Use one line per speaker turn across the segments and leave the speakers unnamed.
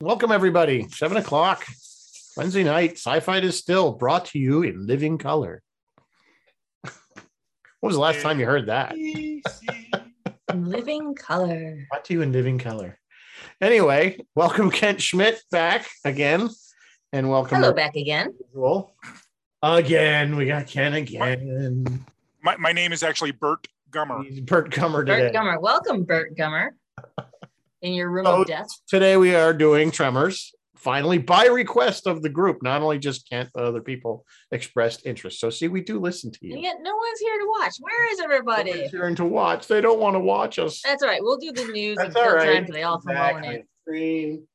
Welcome, everybody. Seven o'clock, Wednesday night. Sci fi is still brought to you in living color. When was the last time you heard that?
Living color.
Brought to you in living color. Anyway, welcome, Kent Schmidt, back again. And welcome,
Hello, back again.
Ritual. Again, we got Ken again.
My, my name is actually Bert Gummer.
He's Bert Gummer today.
Bert Gummer. Welcome, Bert Gummer. In your room
Oh.
of death.
Today we are doing Tremors, finally by request of the group. Not only just Kent, but other people expressed interest. So see, we do listen to
And
you.
yet no one's here to watch. Where is everybody?
Nobody's hearing to watch. They don't want to watch us.
That's all right. We'll do the news
That's
and
all
kill
right.
time so they all come rolling in.
Exactly. Screen.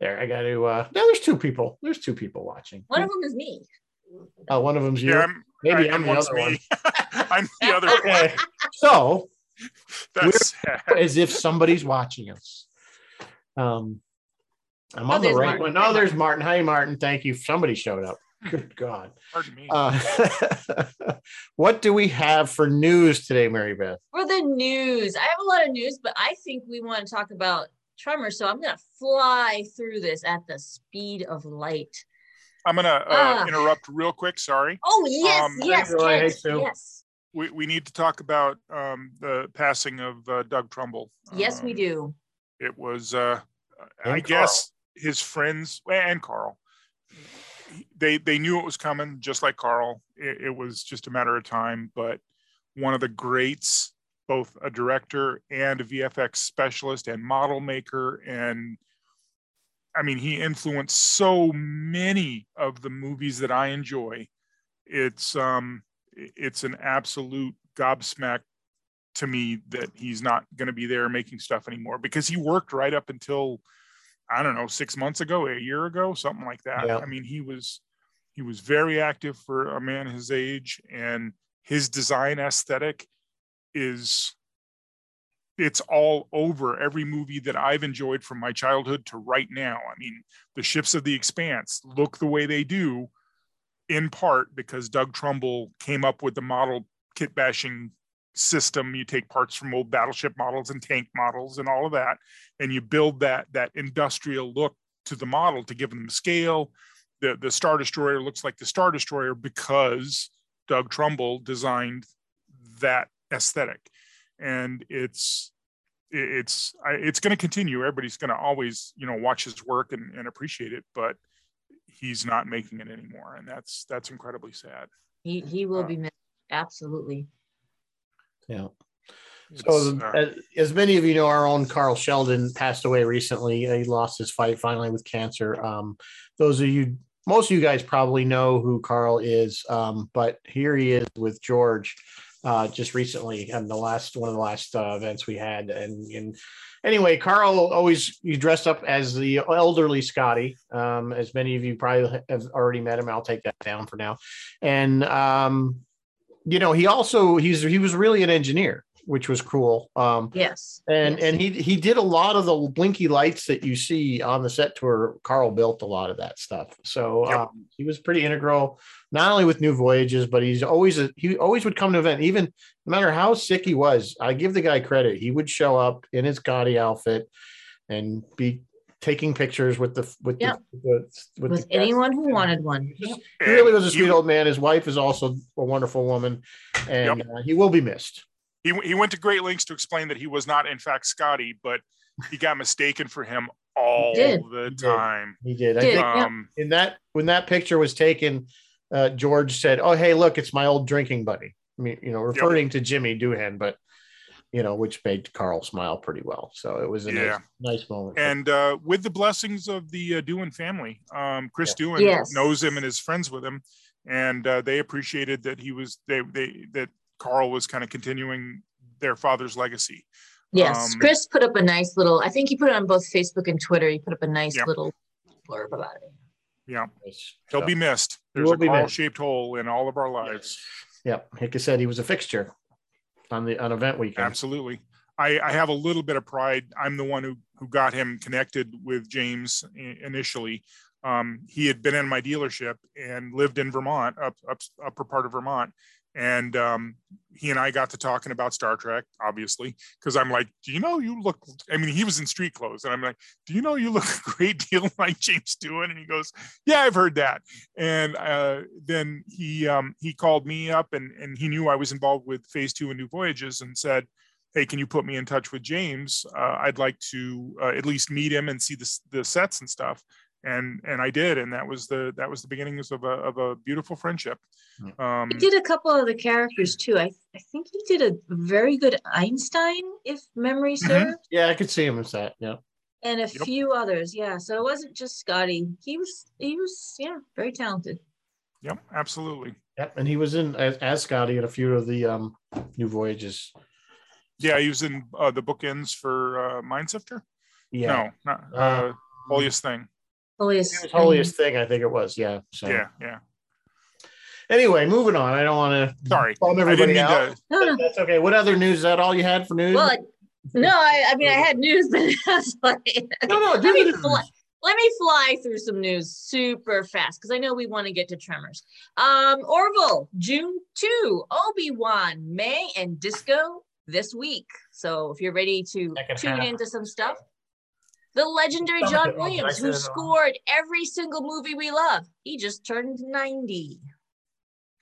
There, I got to. Uh, now there's two people. There's two people watching.
One of them is me.
Uh, one of them's you.
Yeah, I'm,
Maybe
I-
I'm the
one's
other
me.
one.
I'm the other. one.
Okay. so,
That's
as if somebody's watching us. Um, I'm
Oh,
on the
there's
right
Martin.
one. No, there's Martin. Hi, Martin. Thank you. Somebody showed up. Good God.
pardon me.
Uh, what do we have for news today, Mary Beth?
For the news. I have a lot of news, but I think we want to talk about tremors. So I'm gonna fly through this at the speed of light.
I'm gonna uh,
ah.
interrupt real quick. Sorry.
Oh yes,
Um,
yes,
Roy, hey,
Kent,
Sue.
yes.
We, we need to talk about um, the passing of uh, Doug Trumbull.
Yes, we
Um,
do.
It was, uh, I
And Carl.
guess, his friends and Carl. They they knew it was coming, just like Carl. It, it was just a matter of time. But one of the greats, both a director and a VFX specialist and model maker, and I mean, he influenced so many of the movies that I enjoy. It's um, i- it's an absolute gobsmack to me that he's not going to be there making stuff anymore because he worked right up until I don't know six months ago, a year ago, something like that.
Yeah.
I mean, he was he was very active for a man his age, and his design aesthetic is it's all over every movie that I've enjoyed from my childhood to right now. I mean, the ships of the expanse look the way they do in part because Doug Trumbull came up with the model kit bashing system. You take parts from old battleship models and tank models and all of that, and you build that that industrial look to the model to give them scale. The the Star Destroyer looks like the Star Destroyer because Doug Trumbull designed that aesthetic. And it's it- it's I- it's going to continue. Everybody's going to always, you know, watch his work and, and appreciate it, but he's not making it anymore, and that's that's incredibly sad.
He he will
Uh,
be missed. Absolutely.
Yeah.
It's,
So,
uh,
as, as many of you know, our own Carl Sheldon passed away recently. He lost his fight finally with cancer. Um, those of you, most of you guys probably know who Carl is, um, but here he is with George uh, just recently and the last one of the last uh, events we had. And, and anyway, Carl always he dressed up as the elderly Scotty. Um, as many of you probably have already met him, I'll take that down for now. And um, you know, he also he's he was really an engineer, which was cool. Um,
Yes.
and
yes.
and he he did a lot of the blinky lights that you see on the set tour. Carl built a lot of that stuff, so
Yep.
um, he was pretty integral, not only with New Voyages, but he's always a, he always would come to event, even no matter how sick he was. I give the guy credit; he would show up in his Gotti outfit and be taking pictures with the with
Yep.
the, with, with
with
the cast.
anyone who wanted one.
He really was a
and
sweet
he-
old man. His wife is also a wonderful woman, and uh, he will be missed.
he, he went to great lengths to explain that he was not in fact scotty but he got mistaken for him all
did.
the
did.
time
He did. I
Did.
think
Yeah.
um
in that when that picture was taken, uh, George said, "Oh, hey, look, it's my old drinking buddy." I mean, you know, referring to Jimmy Doohan, but you know, which made Carl smile pretty well. So it was a
Yeah.
nice, nice moment.
and uh with the blessings of the uh, Dewan family um chris Dewan
Yes.
knows him and is friends with him and uh, they appreciated that he was they they that carl was kind of continuing their father's legacy
Yes.
Um,
Chris put up a nice little, I think he put it on both Facebook and Twitter. He put up a nice
Yep.
little blurb about it.
he'll
So,
be missed
He
there's
will
a
be missed.
carl shaped hole in all of our lives
Yep, Hickey said he was a fixture on the on event weekend.
Absolutely. I, I have a little bit of pride. I'm the one who, who got him connected with James i- initially. Um, he had been in my dealership and lived in Vermont, up, up upper part of Vermont, and um, he and I got to talking about Star Trek, obviously, because I'm like, do you know you look? I mean, he was in street clothes, and I'm like, do you know you look a great deal like James Stewart? And he goes, yeah, I've heard that. And uh, then he um, he called me up, and and he knew I was involved with Phase Two and New Voyages, and said, hey, can you put me in touch with James? Uh, I'd like to uh, at least meet him and see the the sets and stuff and and I did, and that was the that was the beginnings of a of a beautiful friendship.
Um, he did a couple of the characters too. I I think he did a very good Einstein, if memory serves. Mm-hmm.
Yeah, I could see him as that. Yeah,
and a yep. few others. Yeah, so it wasn't just Scotty. He was he was yeah very talented.
Yep, absolutely.
Yep, and he was in as, as Scotty in a few of the um, new voyages.
Yeah, he was in uh, the bookends for uh, Mindsifter.
Yeah,
no, not uh, uh holiest thing
holiest
holiest thing. I think it was. Yeah. So.
Yeah. Yeah.
Anyway, moving on. I don't want
to. Sorry,
bum everybody out. To... No, no. That's okay. What other news? Is that all you had for news?
Well, no. I, I mean, I had news, but that's like
no, no.
Let me, fly, let me fly through some news super fast because I know we want to get to Tremors. Um, Orville, June two, Obi Wan, May, and Disco this week. So if you're ready to Second tune half. into some stuff, the legendary John Williams,
uh,
who scored every single movie we love. He just turned 90.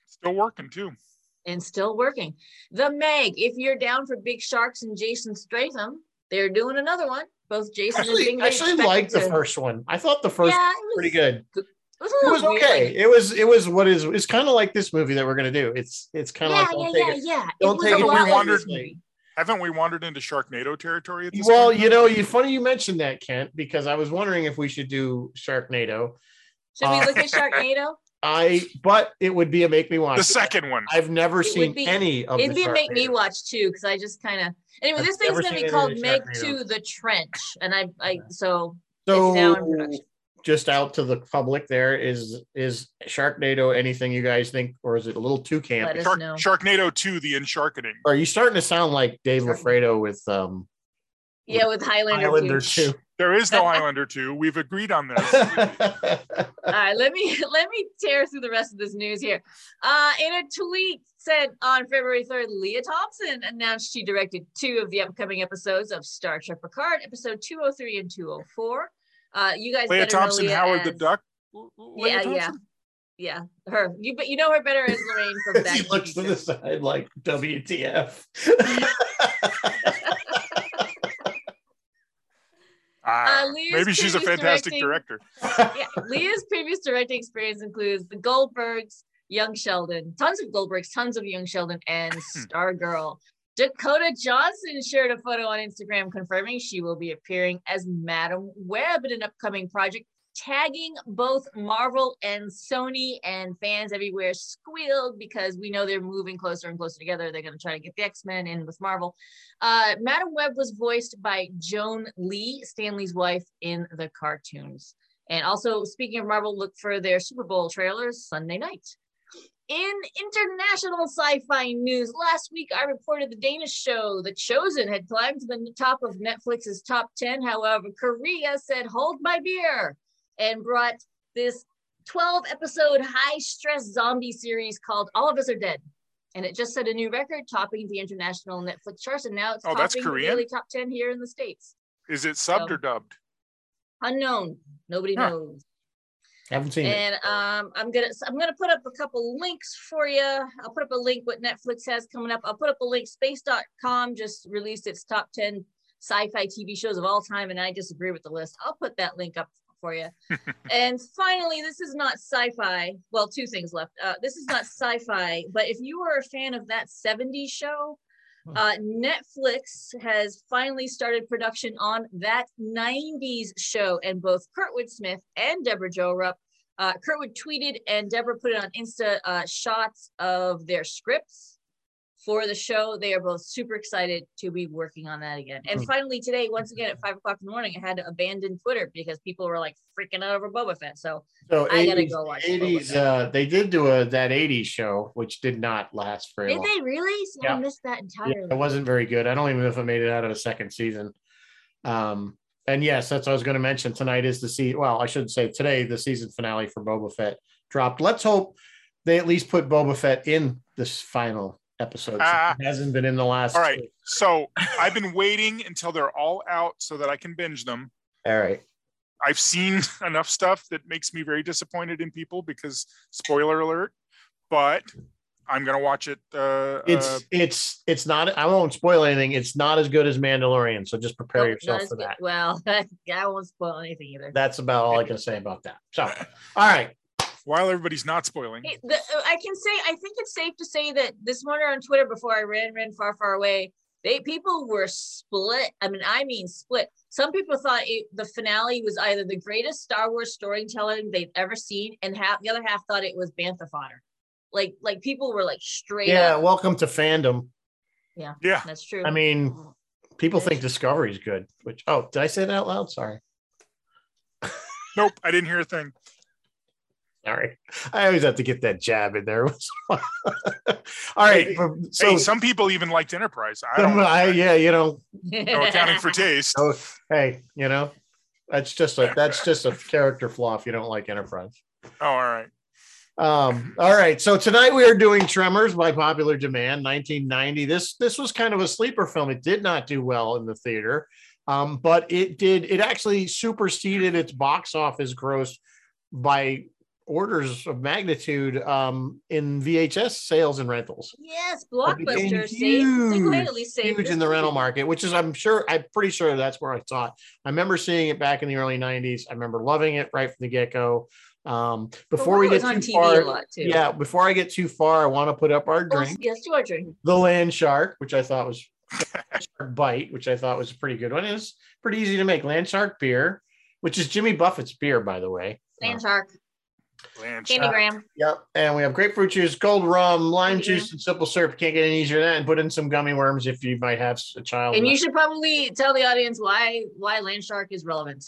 Still working, too.
And still working. The Meg, if you're down for Big Sharks and Jason Stratham, they're doing another one. Both Jason
actually,
and Bing
actually liked to. the first one. I thought the first yeah, was, pretty good.
It was,
it was okay. It was it was what is it's kind of like this movie that we're gonna do. It's it's kind of
yeah,
like
yeah, yeah, it, yeah.
Don't take it.
We wandered, haven't we wandered into Sharknado territory?
well, point? you know, you funny you mentioned that, Kent, because I was wondering if we should do Sharknado.
Should we uh, look at Sharknado?
I but it would be a make me watch
the second one.
I've never it seen be, any of.
It'd
be
a make me watch too because I just kind of anyway. I've this thing's gonna be called Make to the Trench, and I I so
so now in production. Just out to the public, there is is Sharknado. Anything you guys think, or is it a little too camp?
Shark, know. Sharknado two, the Insharkening.
Are you starting to sound like Dave Sharknado. Lafredo with um?
Yeah, with, with Highlander,
Highlander two.
There is no Islander two. We've agreed on this.
All right, let me let me tear through the rest of this news here. Uh, in a tweet sent on February third, Leah Thompson announced she directed two of the upcoming episodes of Star Trek: Picard, episode two hundred three and two hundred four. Uh, you guys,
Leah Thompson, Leah Howard as, the Duck.
Leia yeah, Thompson? yeah, yeah. Her, you but you know her better as Lorraine from that.
she looks to the side like WTF.
Uh, maybe she's a fantastic director.
yeah, Leah's previous directing experience includes The Goldbergs, Young Sheldon, tons of Goldbergs, tons of Young Sheldon, and Stargirl. Dakota Johnson shared a photo on Instagram confirming she will be appearing as Madam Web in an upcoming project, tagging both Marvel and Sony, and fans everywhere squealed because we know they're moving closer and closer together. They're going to try to get the X Men in with Marvel. Uh, Madam Web was voiced by Joan Lee, Stanley's wife in the cartoons. And also, speaking of Marvel, look for their Super Bowl trailers Sunday night. In international sci fi news, last week I reported the Danish show The Chosen had climbed to the top of Netflix's top 10. However, Korea said, Hold my beer, and brought this 12 episode high stress zombie series called All of Us Are Dead. And it just set a new record, topping the international Netflix charts. And now it's
oh,
topping
the daily
top 10 here in the States.
Is it subbed
Oh.
so, or dubbed?
Unknown. Nobody huh. knows.
Haven't seen
and, it. And um, I'm gonna so I'm gonna put up a couple links for you. I'll put up a link what Netflix has coming up. I'll put up a link. Space.com just released its top 10 sci-fi TV shows of all time, and I disagree with the list. I'll put that link up for you. and finally, this is not sci-fi. Well, two things left. Uh, this is not sci-fi, but if you are a fan of that 70s show,
Hmm.
uh, Netflix has finally started production on that 90s show, and both Kurtwood Smith and Deborah Jo Rupp. Uh, Kurtwood tweeted and Deborah put it on Insta uh, shots of their scripts for the show. They are both super excited to be working on that again.
Hmm.
And finally, today, once again at five o'clock in the morning, I had to abandon Twitter because people were like freaking out over Boba Fett. So,
so 80s, I gotta go watch 80s. Uh, they did do a that 80s show, which did not last very
did
long.
Did they really? So yeah. I missed that Oh, entirely.
uh, Yeah, it wasn't very good. I don't even know if I made it out of the second season. Um, and yes, that's what I was going to mention. Tonight is the season. Well, I should say today the season finale for Boba Fett dropped. Let's hope they at least put Boba Fett in this final episode. So
Ah.
he hasn't been in the last.
All right.
two.
So I've been waiting until they're all out so that I can binge them.
All right.
I've seen enough stuff that makes me very disappointed in people because spoiler alert, but I'm gonna watch it. Uh,
It's
uh,
it's it's not. I won't spoil anything. It's not as good as Mandalorian, so just prepare
Nope,
yourself
not as
for
good.
that.
Well, I won't spoil anything either.
That's about all I can say about that. So, all right.
while everybody's not spoiling.
Hey, the, I can say I think it's safe to say that this morning on Twitter before I ran ran far far away, they people were split. I mean, I mean split. Some people thought it, the finale was either the greatest Star Wars storytelling they'd ever seen, and half the other half thought it was bantha fodder. Like like people were like straight
Yeah.
up.
Welcome to fandom.
Yeah,
That's true.
I mean, people think Discovery is good. Which oh, did I say that out loud? Sorry.
nope, I didn't hear a thing.
Sorry. I always have to get that jab in there. all right.
Hey,
so
hey, some people even liked Enterprise. I don't
I,
know.
yeah, you know,
No accounting for taste.
Oh, hey, you know, that's just a that's just a character flaw if you don't like Enterprise.
Oh, all right.
Um, all right, so tonight we are doing Tremors by popular demand, 1990. This this was kind of a sleeper film. It did not do well in the theater, um, but it did. It actually superseded its box office gross by orders of magnitude um, in VHS sales and rentals.
Yes,
It became
Blockbuster saved. Single-handedly saved
huge
this
in the rental
movie.
market, which is I'm sure I'm pretty sure that's where I saw it. I remember seeing it back in the early '90s. I remember loving it right from the get go. Um, before
Well,
we
it was
get
on
too
TV a
far,
lot too.
yeah, before I get too far, I want to put up our
Oh,
drink,
yes, you are drinking.
the land shark, which I thought was Shark bite, which I thought was a pretty good one. It's pretty easy to make land shark beer, which is Jimmy Buffett's beer, by the way.
Land Shark,
Blanche.
Candy Graham.
Yep. And we have grapefruit juice, gold rum, lime
Yeah.
juice, and simple syrup. Can't get any easier than that. And put in some gummy worms if you might have a child.
And
with-
you should probably tell the audience why why Land Shark is relevant.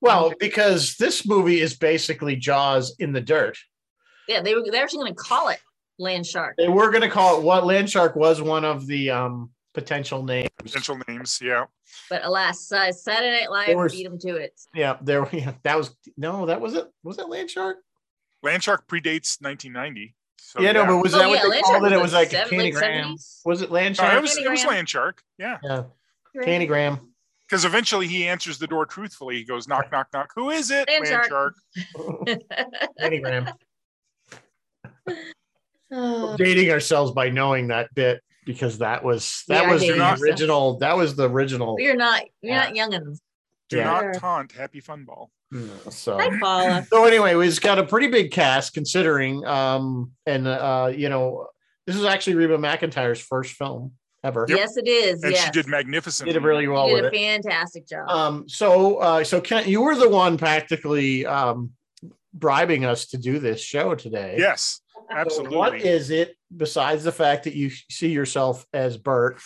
well, because this movie is basically Jaws in the dirt.
Yeah, they were they're actually going to call it Land Shark.
They were going to call it what Land Shark was one of the um, potential names.
Potential names. Yeah.
But alas, uh, Saturday Night
They
Live
were-
beat them to it.
Yeah, there. Yeah, that was no, that was it. Was that Land Shark?
Land Shark predates 1990. So,
yeah, no, but was that what they
Oh, Land Shark
called it? It
a
was like
seven-
Candy
late
Graham.
70s?
Was it Land
No, it
Shark?
was, it was Land Shark. Yeah.
Yeah, Candy Graham.
Because eventually he answers the door truthfully. He goes, knock, knock, knock. Who is it?
Land Shark.
Candy Graham.
Oh.
dating ourselves by knowing that bit because that was
We
that
are
was
dating
the
ourselves.
original that was the original
You're not you're
Yeah.
not young enough.
Do
Yeah.
not taunt Happy Fun Ball.
Mm, so
Hi, Paula.
so anyway we've got a pretty big cast considering um and uh you know this is actually reba mcintyre's first film ever
Yes, it is.
And
yes.
she did magnificent.
did it really well
You
with
did a
it
fantastic job.
um so uh so kent you were the one practically um bribing us to do this show today
Yes,
So
absolutely.
what is it besides the fact that you see yourself as bert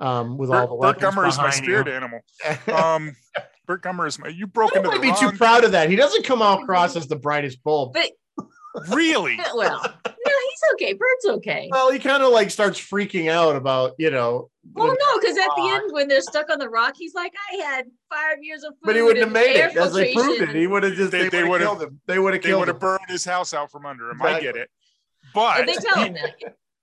um with all
Bert,
the
Bert
weapons
Gummer is my
behind you?
spirit animal.
I
Um, Bert Gummer is my. You broke
don't
into
want
the
to be too
wrong.
proud of that. He doesn't come out across as the brightest bulb.
but
really?
well, no, he's okay. Bird's okay.
Well, he kind of like starts freaking out about you know.
Well,
the-
no, because at the
rock.
end when they're stuck on the rock, he's like, I had five years of food.
but he wouldn't have
and
made
air
it. As they proved
filtration
it, he would have just
They-
they,
they
would
would've-
have killed him. They would have
They
killed
would have
him.
burned his house out from under him. I
Exactly.
get it.
and-
But
But they tell him that.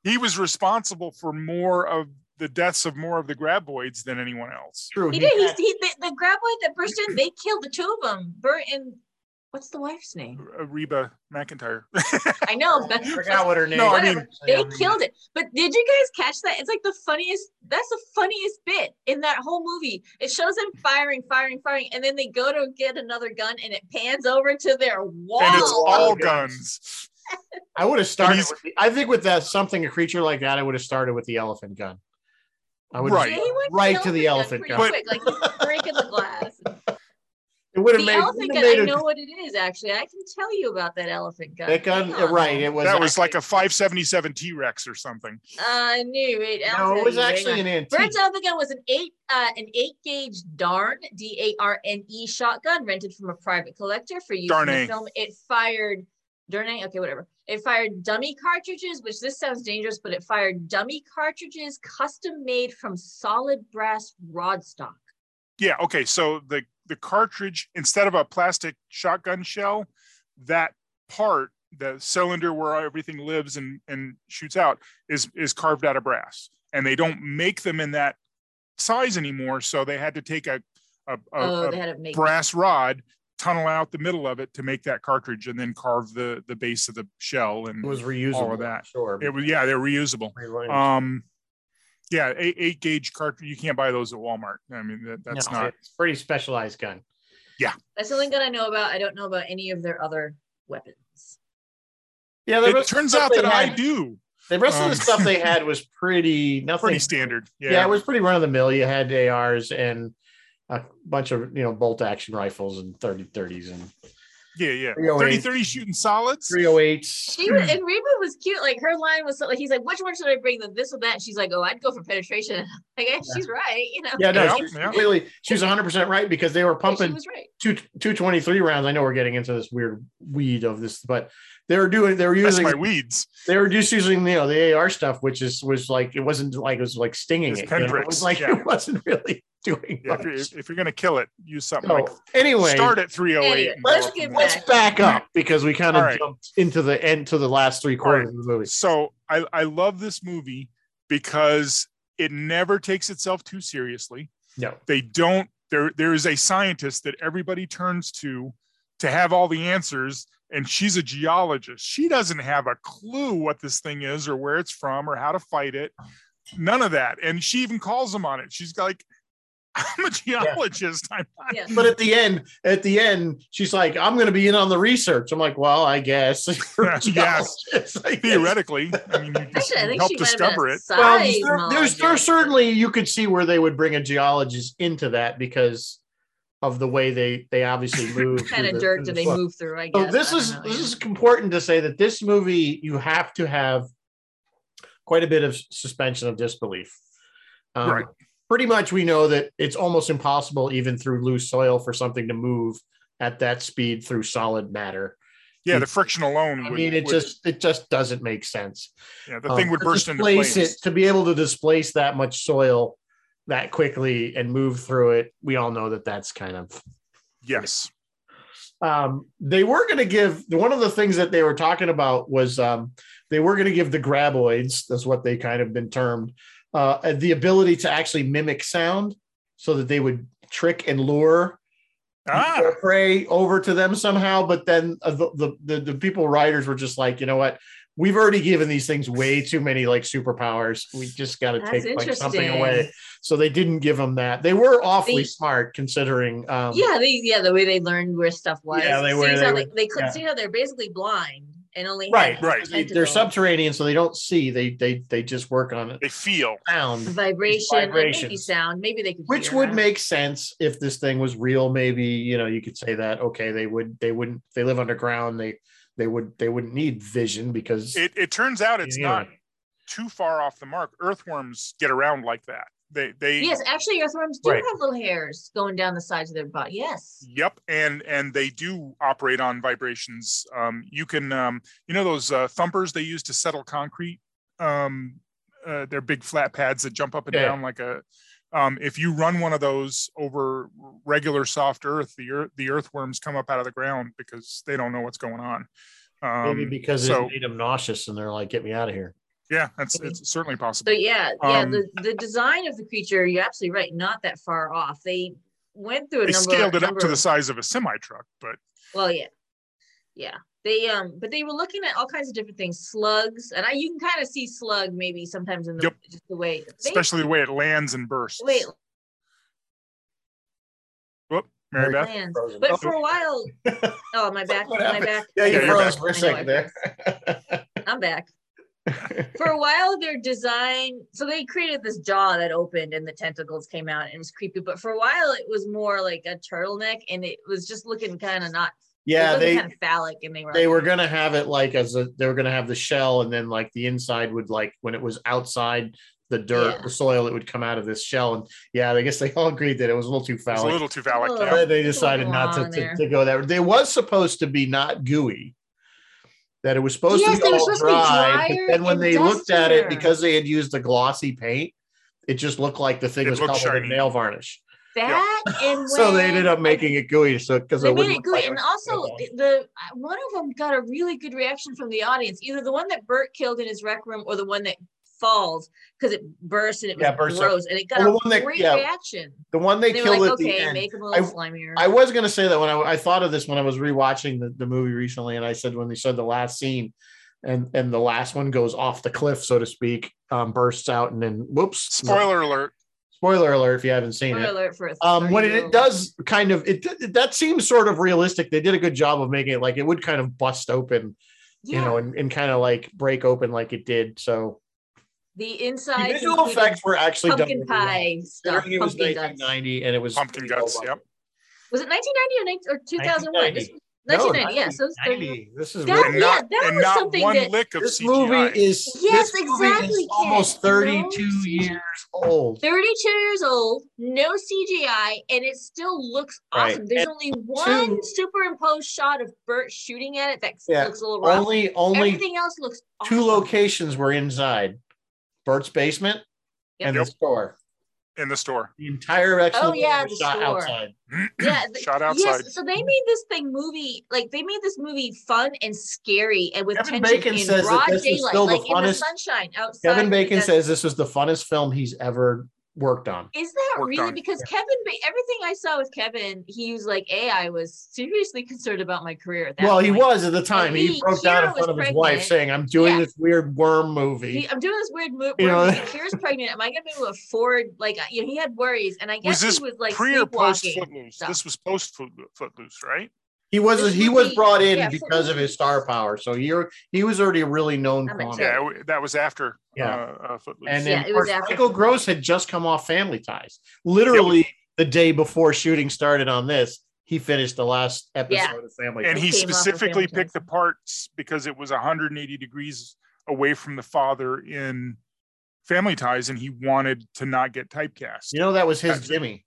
he was responsible for more of the deaths of more of the graboids than anyone else.
True.
He
he
did. He,
had-
he, the, the graboid that burst in, they killed the two of them. Bert and what's the wife's name?
Uh, Reba McIntyre.
I know, but
I forgot what her name.
No, I
whatever.
mean-
they killed it. But did you guys catch that? It's like the funniest. That's the funniest bit in that whole movie. It shows them firing, firing, firing, and then they go to get another gun, and it pans over to their wall.
and it's all
Yes.
guns.
I would have started.
He's-
With the, I think with that something a creature like that, I would have started with the elephant gun. I would
Right.
Yeah, he went
right
killed
to the
gun
elephant
pretty
gun.
quick, like he's breaking the glass.
It would have
The
made.
elephant
would've
gun.
made
I
a-
know what it is. Actually, I can tell you about that elephant gun.
That gun,
Hang on.
right? It was.
that was like a 577 T Rex or something.
I knew it. I'll
No,
tell
it was
you. Hang on.
actually an antique.
Bird's elephant gun was an eight uh, an eight gauge Darn D A R N E shotgun rented from a private collector for use in
Darnay.
the film. It fired Darnay, okay, whatever. It fired dummy cartridges, which this sounds dangerous, but it fired dummy cartridges custom made from solid brass rod stock.
Yeah. Okay. So the the cartridge instead of a plastic shotgun shell, that part the cylinder where everything lives and, and shoots out is is carved out of brass and they don't make them in that size anymore so they had to take a, a, a,
oh,
a
they had to make
uh, brass rod tunnel out the middle of it to make that cartridge and then carve the the base of the shell and
It was reusable.
All of that.
Sure.
it was yeah they're reusable
Reloaded.
um yeah eight, eight gauge cartridge you can't buy those at walmart i mean that, that's
No,
not
It's a pretty specialized gun.
That's the only gun I know about. I don't know about any of their other weapons.
Yeah,
it turns out that i do
The rest of
um,
the stuff they had was pretty nothing.
pretty standard
yeah. it was pretty run of the mill. You had ARs and a bunch of you know bolt action rifles and 30 30s and
Yeah, yeah. 30
308.
30 shooting solids.
308s.
She was, and Reba was cute. Like her line was so, like, he's like, which one should I bring? The this or that? And she's like, oh, I'd go for penetration. Like, eh, she's right. You know,
Yeah, no,
Yeah,
she was
yeah.
completely. She was 100 percent right because they were
Like, she
pumping
was right.
two 223 rounds. I know we're getting into this weird weed of this, but they were doing they were
That's
using
my weeds.
they were just using you know the AR stuff, which is was like it wasn't like it was like stinging
It's
it. you know? It
pinpricks,
was like
yeah.
it wasn't really doing
Yeah, if,
much.
you're, if you're gonna kill it, use something
So,
like
anyway,
start at 308. and
let's
go up
get
from there.
let's back up because we kind of
All right.
jumped into the end to the last three quarters of the movie.
So I, I love this movie because it never takes itself too seriously.
No,
They don't there there is a scientist that everybody turns to to have all the answers, and she's a geologist. She doesn't have a clue what this thing is or where it's from or how to fight it. None of that. And she even calls him on it. She's like, I'm a geologist. I'm not
Yeah.
but at the end, at the end, she's like, "I'm going to be in on the research." I'm like, "Well, I guess."
Yes.
Geologist, I guess.
theoretically. I mean, you just
Actually, I think
help
she
discover
might have
it.
been a
Well, there,
seismologist.
there's there's certainly you could see where they would bring a geologist into that because of the way they they obviously move.
What kind
through
of
the-
dirt
through
do
the
they
flood.
move through? I
So
guess. I
this
don't
is
know,
this
yeah.
is important to say that this movie you have to have quite a bit of suspension of disbelief. Um,
Right.
Pretty much, we know that it's almost impossible, even through loose soil, for something to move at that speed through solid matter.
Yeah, the friction alone.
I
would-
mean, it
would-
just it just doesn't make sense.
yeah, the thing
Um,
would
to
burst into
displace
place.
it to be able to displace that much soil that quickly and move through it. We all know that that's kind of
Yes.
um, they were going to give one of the things that they were talking about was um, they were going to give the graboids that's what they kind of been termed uh, the ability to actually mimic sound so that they would trick and lure
Ah,
their prey over to them somehow but then uh, the, the, the, the people writers were just like you know what we've already given these things way too many like superpowers we just got to
That's
take like something
interesting.
away so they didn't give them that they were awfully
They-
smart considering um,
yeah, they, yeah, the way they learned where stuff was.
Yeah, they
See
were-
how
they
They,
were-
they couldn't
yeah.
see how they're basically blind and only
right
have
Right.
they, are
tentacles.
subterranean so they don't see they they they just work on
they feel.
Mm-hmm.
sound
vibration, like maybe
Vibrations.
sound. Maybe they could.
which
hear, I
would
don't
make sense if this thing was real maybe you know you could say that okay they would they wouldn't they live underground they they would they wouldn't need vision because
It, it turns out it's
Yeah.
not too far off the mark. Earthworms get around like that. They they
Yes, actually, earthworms do
Right.
have little hairs going down the sides of their body. Yes.
Yep, and and they do operate on vibrations. Um, you can, um, you know, those uh, thumpers they use to settle concrete. Um, uh, they're big flat pads that jump up and
Yeah.
down like a. Um, if you run one of those over regular soft earth, the earth, the earthworms come up out of the ground because they don't know what's going on. Um,
maybe because
so
it made them nauseous and they're like get me out of here
yeah, that's
Maybe.
it's certainly possible.
So yeah, yeah.
Um,
the, the design of the creature, you're absolutely right. Not that far off. They went through a
They
number.
scaled it up
number
to the
of-
size of a semi truck, but
Well, yeah, yeah. They um, but they were looking at all kinds of different things, slugs, and I you can kind of see slug maybe sometimes in the
Yep.
just the way. They,
especially the way it lands and bursts.
wait,
Whoop, Mary Beth.
lands.
Frozen.
But
Oh.
for a while, oh my back,
What
my
happened?
back.
yeah you
you're
froze
back.
for
I
a
know,
second
I
there
I'm back. For a while, their design, so they created this jaw that opened and the tentacles came out and it was creepy. But for a while, it was more like a turtleneck and it was just looking kind of not,
yeah they
kind of phallic. And they were,
they
like,
were gonna have it like as a they were gonna have the shell and then like the inside would like when it was outside the dirt
Yeah.
the soil it would come out of this shell and yeah i guess they all agreed that it was a little too
It's a
phallic
little too phallic.
Oh.
yeah.
But they
It's a
decided
little
not to,
long
to,
there.
to go that they was supposed to be not gooey that it was supposed
Yes,
to
they
be
were
all
supposed to be
dry
drier
but then when
and
they looked at it
dustier.
because they had used the glossy paint it just looked like the thing
It
was
looked
covered in
shiny.
nail varnish
That and when,
So they ended up making it gooey, so because
They
I
made
wouldn't.
it good, and also
Okay.
the uh, one of them got a really good reaction from the audience. Either the one that Bert killed in his rec room, or the one that falls because it bursts and it was
Yeah, bursts out.
gross, and it got
Well, the
a
one that-
great
yeah.
reaction.
The one they,
And they were
killed
like,
at the
"Okay,
end.
make him a
I-
little slimier."
I was gonna say that when I, I thought of this when I was rewatching the, the movie recently, and I said when they said the last scene, and and the last one goes off the cliff, so to speak, um, bursts out, and then whoops,
Spoiler alert.
spoiler alert if you haven't seen
Spoiler
it.
alert for a
Um, what it, it
30-year-old.
does kind of it, it- that seems sort of realistic. They did a good job of making it like it would kind of bust open,
yeah,
you know, and, and kind of like break open like it did. So
the
the
inside
visual
completed
effects were actually done.
pumpkin
really well.
pie stuff.
Considering It was
pumpkin guts.
1990, and it was
Pumpkin guts, yep.
Was it 1990 or, nine- or 2001? This was
1990. No,
1990, yeah. So it's 30.
90. This is
That-
really
And
Oh, Yeah,
not,
that
and
was
not
something
one
that-
lick of
this
CGI.
movie is
Yes,
this movie is
exactly,
almost
Ken. No
32 years old.
32 years old, no CGI, and it still looks
Right.
awesome. There's
And
only one superimposed shot of Bert shooting at it that
Yeah,
looks a little rough.
Only only
Everything else looks awesome.
two locations were inside Bert's basement and
Yep.
the store.
in the store.
The entire X
Oh, yeah,
was
the
shot
store.
outside.
Yeah, th-
Shot outside.
Yes, so they made this thing movie like they made this movie fun and scary and with
Kevin
tension
Bacon
in
says that
broad
this is
daylight,
still the
like in the
funnest-
sunshine outside.
Kevin Bacon
because-
says this was the funnest film he's ever worked on.
Is that
Worked
really
on.
because Kevin? Ba- everything I saw with Kevin, he was like, "A, I was seriously concerned about my career." At that
Well, he
point.
was at the time. He,
he-
broke down in
Kira
front of
was
his wife
pregnant.
saying, I'm doing
Yeah.
this weird worm movie.
He- I'm doing this weird move.
You know-
where Kira's pregnant. Am I gonna be able to afford? Like, uh, you know, he had worries, and I guess
this
he was like
Pre or post
sleepwalking.
Footloose?
stuff.
This was post Footlo- Footloose, right?
He was
This
he
would
was
be-
brought in
yeah, for-
because of his star power. So he he was already a really known
I'm a
quantity.
Yeah, it- that was after
Yeah.
uh, uh, Footloose.
And
Yeah,
then
it
of
was
course,
after-
Michael Gross had just come off Family Ties. Literally the day before shooting started on this, he finished the last episode
Yeah.
of Family
and
Ties.
he
came off of
specifically
Family Ties.
picked the parts because it was 180 degrees away from the father in Family Ties, and he wanted to not get typecast.
you know that was his
Actually,
Jimmy.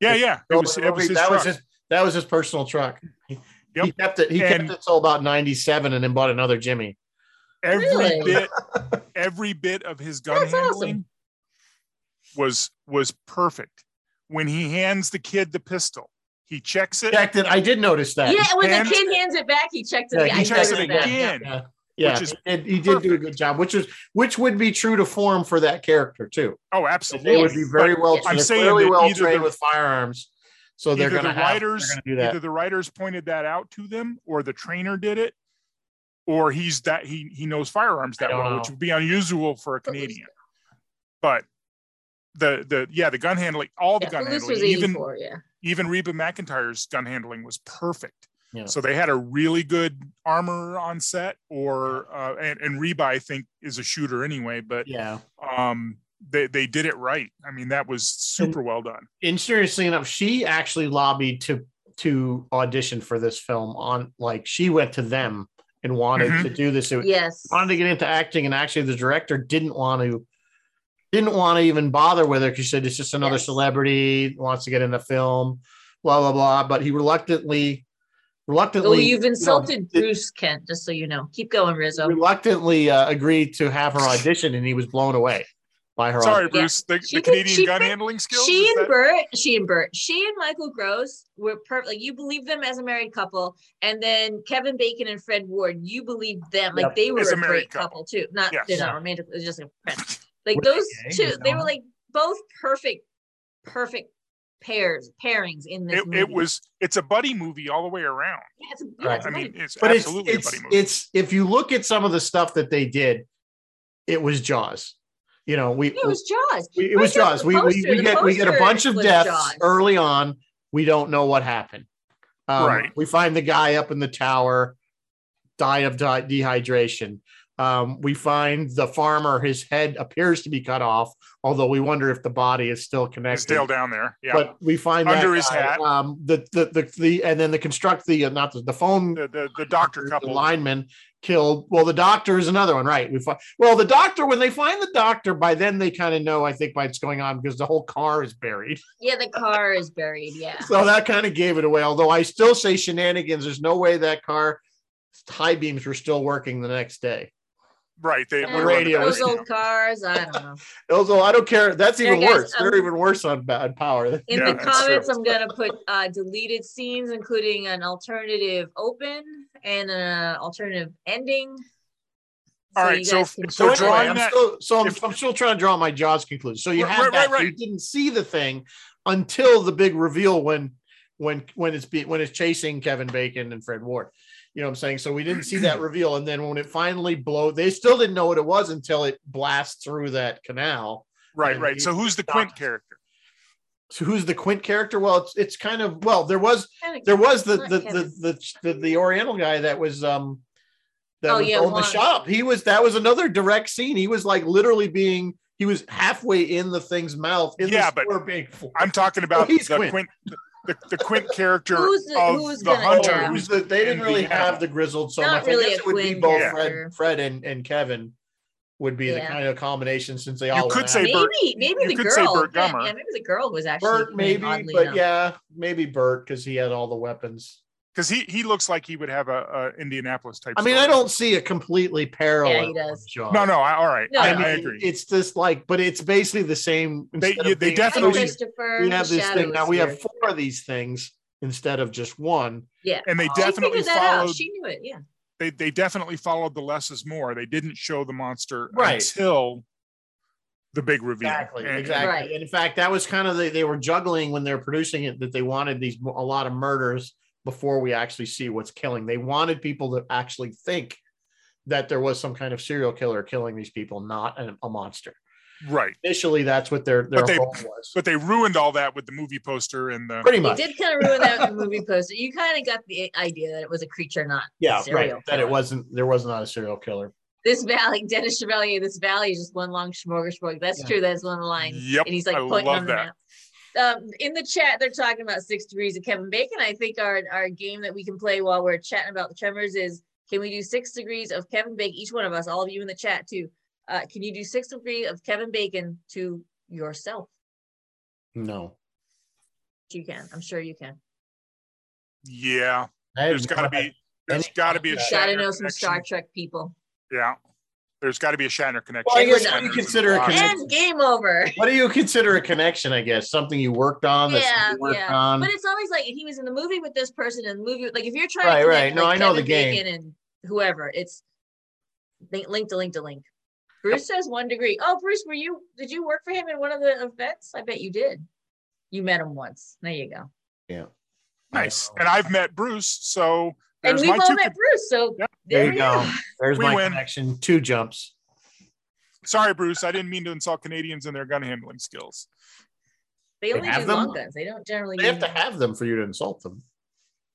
Yeah, yeah, it was, it was his
that was
truck.
his that was his personal truck. He, he
Yep.
kept it. He
And-
kept it till about ninety seven, and then bought another Jimmy.
every
Really?
bit, every bit of his gun
That's awesome.
handling was was perfect. When he hands the kid the pistol, he checks it,
Checked it. I did notice that.
yeah, when
And-
the kid hands it back, he checks it.
Yeah,
again.
he
I
checks it
noticed
again.
that.
again.
Yeah. Yeah,
is
he did, he did do a
perfect.
good job, which is which would be true to form for that character too.
Oh,
They
absolutely.
would be very well.
Yes.
I'm
I'm
they're
saying
clearly
that
well
either the-
trained with firearms, so they're
either
going
the
to
writers,
do that.
either the writers pointed that out to them, or the trainer did it, or he's that he he knows firearms
I
that
don't
well,
know.
which would be unusual for a Canadian. But the the yeah, the gun handling, all the
Yeah,
gun
Footloose
handling,
was
even
84. Yeah,
even Reba McIntyre's gun handling was perfect.
Yeah.
So they had a really good armor on set, or uh, and, and Reba I think is a shooter anyway, but
yeah.
um, they they did it right. I mean that was super well done.
And seriously enough, she actually lobbied to to audition for this film. On like she went to them and wanted
Mhm.
to do this. It-
yes.
wanted to get into acting, and actually the director didn't want to didn't want to even bother with her because she said it's just another
Yes.
celebrity wants to get in the film, blah blah blah. But he reluctantly reluctantly
Oh, you've insulted
it-
Bruce Kent, just so you know. Keep going, Rizzo.
reluctantly uh, agreed to have her audition, and he was blown away by her.
Sorry,
audition.
Bruce. The,
She
the
could-
Canadian
she
gun
could-
handling skills.
She
is
and
that-
Bert, she and Bert, she and Michael Gross were perfect. Like you believe them as a married couple, and then Kevin Bacon and Fred Ward, you believe them like
Yep.
they were
As
a,
a married
great couple. too. Not
Yes.
they're
Yeah.
not romantic. It's just a friend. Like
Were they
those
gay?
two,
Is that
they were
one?
like both perfect, perfect pairs pairings in this
it,
movie.
it was it's a buddy movie all the way around.
Yeah, it's a- yeah,
Right.
it's
I
a
mean,
buddy-
it's
but it's
absolutely
it's
a buddy movie.
it's if you look at some of the stuff that they did, it was Jaws. You know, we
yeah, it was Jaws.
we- it was
Look at
Jaws.
the
We, we,
poster.
we
The
get we get a
poster
bunch of
was
deaths
Jaws.
early on. We don't know what happened. Um,
Right.
We find the guy up in the tower died of di- dehydration. Um, we find the farmer; his head appears to be cut off, although we wonder if the body is still
it's
connected.
still down there. Yeah.
But we find
Under
that
his
guy,
hat.
Um, the, the the the and then the construct the uh, not the, the phone
the, the the doctor
the
couple.
lineman killed. Well, the doctor is another one, right? We find well, the doctor when they find the doctor, by then they kind of know, I think, why it's going on because the whole car is buried.
Yeah, the car is buried. Yeah.
So that kind of gave it away. Although I still say shenanigans. There's no way that car high beams were still working the next day.
right. They
On
Eh,
were running
radio.
back.
Those old cars. I don't know.
Also, I don't care. That's
There
even
goes,
worse. They're
um,
even worse on bad power.
In
Yeah,
the
that's true.
comments, I'm gonna put uh, deleted scenes, including an alternative open and an uh, alternative ending.
All right,
you
so
guys
if-
can
if
So
we're
check it
anyway,
drawing
out.
I'm
that-
still, so I'm,
if-
I'm still trying to draw my Jaws conclusion. So you
Right,
had
right,
that,
right,
you
right.
didn't see the thing until the big reveal when when when it's be, when it's chasing Kevin Bacon and Fred Ward. You know what I'm saying? So we didn't see that reveal, and then when it finally blow, they still didn't know what it was until it blasts through that canal.
Right,
Yeah,
right.
you-
So who's the
stop.
Quint character?
So who's the Quint character? Well, it's it's kind of well, there was there was the the the the, the, the Oriental guy that was um that
Oh,
was
yeah,
owned
Juan.
the shop. He was that was another direct scene. He was like literally being he was halfway in the thing's mouth in
Yeah,
the
but
store being fl-
I'm talking about
Oh, he's
the
Quint.
Quint, the, the Quint character
Who's the-
of
who's
the
gonna-
hunter.
yeah.
Who's
Who's
Oh, the, they didn't
and
really
the
have
animal.
the grizzled so
Not
much.
really
I guess
a
it would be
twin
both
character.
Fred, Fred and, and Kevin would be the
Yeah.
kind of combination since they
You
all
could
went
say
out.
maybe
Bert-
maybe
you
the
could
girl.
say Bert
yeah,
Gummer.
yeah, maybe the girl was actually
Bert
the queen,
maybe,
oddly
but
enough.
yeah, maybe Bert because he had all the weapons.
because he he looks like he would have a, a Indianapolis type.
I mean, I
story.
don't see a completely parallel.
does.
Jaws.
No, no. I, all right,
No,
I,
I,
no.
mean,
I agree.
It's just like, but it's basically the same.
They-
instead
yeah,
of
they
being-
Hi,
definitely-
Christopher.
we have
the
this
shadow
thing now.
is
We
here.
have four of these things instead of just one.
yeah.
and they
She
she
definitely
figured that
followed.
out. She knew it. Yeah.
They they definitely followed the less is more. They didn't show the monster
Right.
until the big reveal.
Exactly,
And-
exactly.
Right.
And in fact, that was kind of the, they were juggling when they were producing it that they wanted these a lot of murders before we actually see what's killing. They wanted people to actually think that there was some kind of serial killer killing these people, not a, a monster.
Right.
Initially, that's what their their
But they-
goal was.
But they ruined all that with the movie poster and the.
Pretty
They
much,
did kind of ruin that with the movie poster. You kind of got the idea that it was a creature, not
yeah, right.
serial
That
killer.
it wasn't there was not a serial killer.
this valley, Dennis Chevalier, this valley is just one long smorgasbord. That's
Yeah.
true. That's one of the lines.
Yep,
And he's like
I
pointing
love
on the
that.
map. Um, in the chat, they're talking about six degrees of Kevin Bacon. I think our, our game that we can play while we're chatting about the tremors is can we do six degrees of Kevin Bacon? Each one of us, all of you in the chat too. Uh, can you do six degrees of Kevin Bacon to yourself?
No.
You can. I'm sure you can.
Yeah,
I had
there's got to
no-
be. There's
any-
got to be a.
You gotta
Shatner
know some
connection.
Star Trek people.
Yeah, there's got to be a Shatner connection.
Well, I
guess
Shatner's
you
in
consider
the
a
box.
connection.
And game over.
What do you consider a connection? I guess something you worked on. That
Yeah,
yeah, worked
yeah.
on.
But it's always like he was in the movie with this person and the movie like if you're trying
Right,
to
right.
connect,
No,
like,
I know the
Kevin
game.
Bacon and whoever it's link, link to link to link. Bruce says one degree. Oh, Bruce, were you did you work for him in one of the events? I bet you did. You met him once. There you go.
Nice. And I've met Bruce, so
And
there's
we've
my
all
two.
met Bruce, so
Yep.
There you
we
go. There's
We
my
win.
connection. Two jumps.
Sorry, Bruce. I didn't mean to insult Canadians and their gun handling skills.
They only
have
do
them?
long guns. They don't generally.
They have
do-
to have them for you to insult them.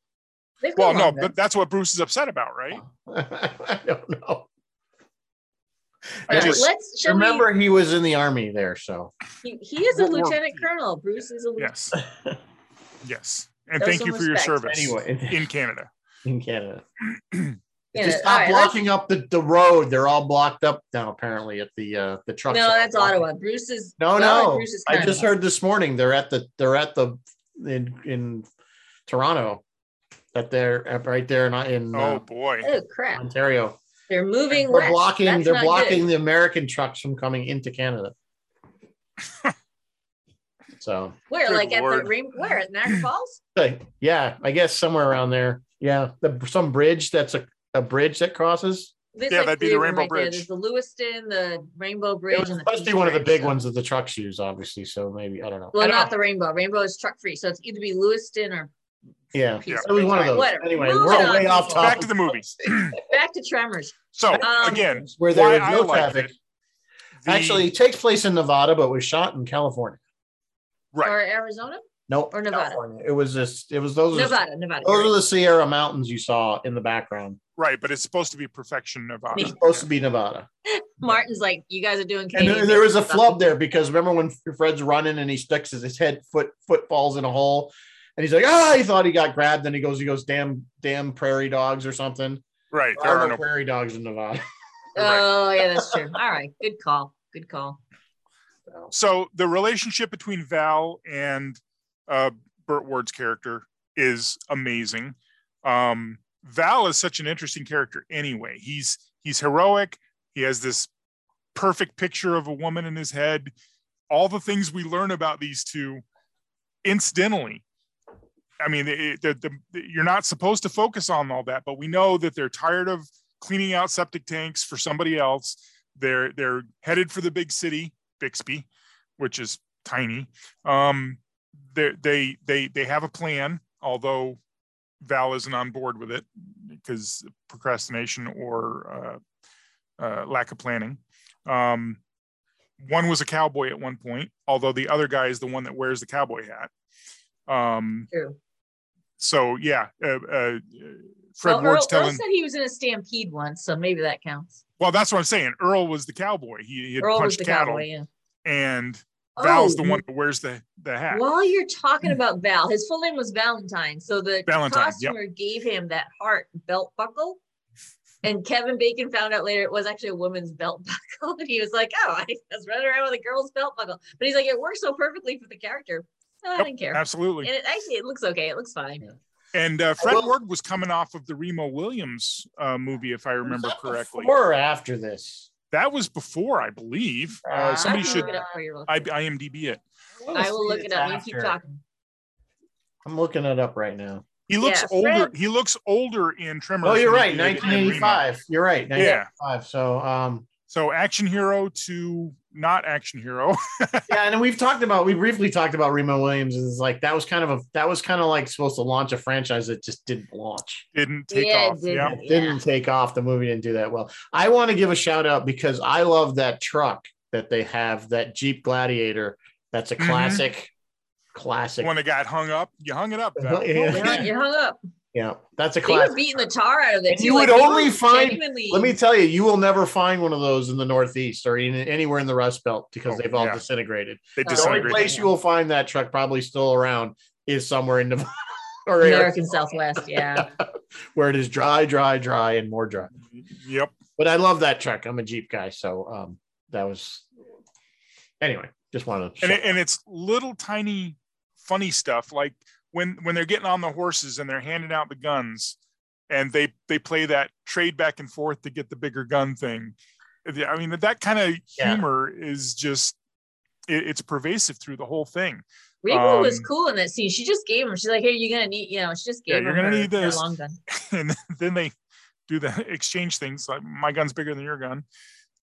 They've
Well,
got
no,
long
but
guns.
that's what Bruce is upset about, right?
I don't know.
I
Now,
just-
let's shall
Remember, he was in the army there, so
we, he, he is a
We're- we're-
lieutenant colonel. Bruce is a lieutenant.
Yes, yes. And
Show
thank
some
you for your
respect.
service
anyway,
in Canada.
in Canada,
Yeah,
just
all
stop
right, let's-
blocking up the, the road. They're all blocked up now. Apparently, at the uh, the trucks.
No,
are all
that's
blocking.
Ottawa. Bruce is
No,
well,
no.
Bruce is
I
Canada.
just heard this morning they're at the they're at the in in Toronto that they're up right there in in
Oh
uh,
boy.
Oh crap!
Ontario.
They're moving.
They're
west.
blocking
That's
they're
not
blocking
good.
the American trucks from coming into Canada. so
Where,
Good
like at
Lord.
the Ream? Where at Niagara Falls?
hey, yeah, I guess somewhere around there. Yeah, the, some bridge that's a, a bridge that crosses.
There's
Yeah, that'd be
three
the
of them
Rainbow
there.
Bridge.
There's the Lewiston, the Rainbow
It
Bridge,
was
and the
supposed to
Peace
be one of the
Bridge,
big
so-
ones that the trucks use, obviously. So maybe I don't know. I
Well,
don't
not the Rainbow. Rainbow is truck free, so it's either be Lewiston or
yeah,
Peace
it was
Bridge.
one of those.
All right, whatever.
Anyway,
Moving
we're
on,
way off
people.
topic.
Back to the movie.
Back to Tremors.
So
Um,
again,
where there
why
was
I
no
liked
traffic.
it, the-
Actually, it takes place in Nevada, but was shot in California.
right.
or Arizona
Nope.
Or Nevada.
California. It was just. It was those. Are,
Nevada, Nevada.
those are the Sierra Mountains you saw in the background.
Right, but it's supposed to be perfection Nevada.
It's supposed to be Nevada,
Martin's like, you guys are doing.
and
Canadian
there, there was a
business
flub there because remember when Fred's running and he sticks his, his head foot foot falls in a hole, and he's like, ah, he thought he got grabbed. Then he goes, he goes, damn, damn prairie dogs or something.
Right.
There
There
are
are
no
no
prairie dogs in Nevada.
Oh yeah, that's true. All right, good call. Good call.
so the relationship between Val and uh, Burt Ward's character is amazing. Um, Val is such an interesting character. Anyway, he's he's heroic. He has this perfect picture of a woman in his head. All the things we learn about these two incidentally. I mean, it, the, the, the, you're not supposed to focus on all that, but we know that they're tired of cleaning out septic tanks for somebody else. They're they're headed for the big city, Bixby, which is tiny. Um, they they they they have a plan, although Val isn't on board with it because procrastination or uh, uh, lack of planning. Um, one was a cowboy at one point, although the other guy is the one that wears the cowboy hat. Um,
True.
so yeah, uh, uh, Fred
Well, Earl,
Ward's
Earl
telling.
said he was in a stampede once, so maybe that counts.
well, that's what I'm saying. Earl was the cowboy. He, he had
Earl was
punched
the
cattle,
cowboy. Yeah.
and Val's
Oh,
the one that wears the the hat.
While you're talking about Val, his full name was Valentine. So the
Mm. Valentine, yep.
costumer gave him that heart belt buckle. And Kevin Bacon found out later it was actually a woman's belt buckle. And he was like, oh, I was running around with a girl's belt buckle. But he's like, it works so perfectly for the character. So I
Yep,
didn't care.
Absolutely.
And it actually, it looks okay. It looks fine.
And uh, Fred
Well-
Ward was coming off of the Remo Williams uh, movie, if I remember correctly.
Before or after this?
That was before, I believe. Uh,
Ah.
somebody
I can
should
look it up for you. real
I,
quick.
IMDb it.
I will look it up. You keep talking.
I'm looking it up right now.
He looks
Yeah,
older.
Fred-
He looks older in Tremors.
Oh, you're
than he
right.
did in Remo.
1985. You're right.
Yeah.
1985. So, um,
So action hero to not action hero.
yeah, and then we've talked about we briefly talked about Remo Williams and it's like that was kind of a that was kind of like supposed to launch a franchise that just didn't launch.
Didn't take
Yeah, it
off.
didn't.
Yeah.
It didn't take off. The movie didn't do that well. I want to give a shout out because I love that truck that they have, that Jeep Gladiator. That's a
Mhm.
classic, classic.
When it got hung up, you hung it up.
Yeah.
Val.
You're hung- You're hung up.
Yeah, that's a
They were
classic.
beating the tar out of it.
And
too.
you
Like,
would
they
only
were
find-
genuinely-
Let me tell you, you will never find one of those in the Northeast or in, anywhere in the Rust Belt because
Oh,
they've all
yeah.
disintegrated.
They
The
The only
disintegrated.
place you will find that truck probably still around is somewhere in Nevada or Arizona,
American Southwest. Yeah.
where it is dry, dry, dry, and more dry.
Yep.
But I love that truck. I'm a Jeep guy, so um, that was anyway. Just wanted to.
and, it, and it's little tiny funny stuff like when when they're getting on the horses and they're handing out the guns and they they play that trade back and forth to get the bigger gun thing The- i mean that, that kind of
Yeah.
humor is just it, it's pervasive through the whole thing
Reba was
Um,
cool in that scene. She just gave him. She's like, "Here, you're gonna need. You know, she just
Yeah,
gave
you're
him
gonna
her-
need
her
this.
long gun.
and then they do the exchange things like my gun's bigger than your gun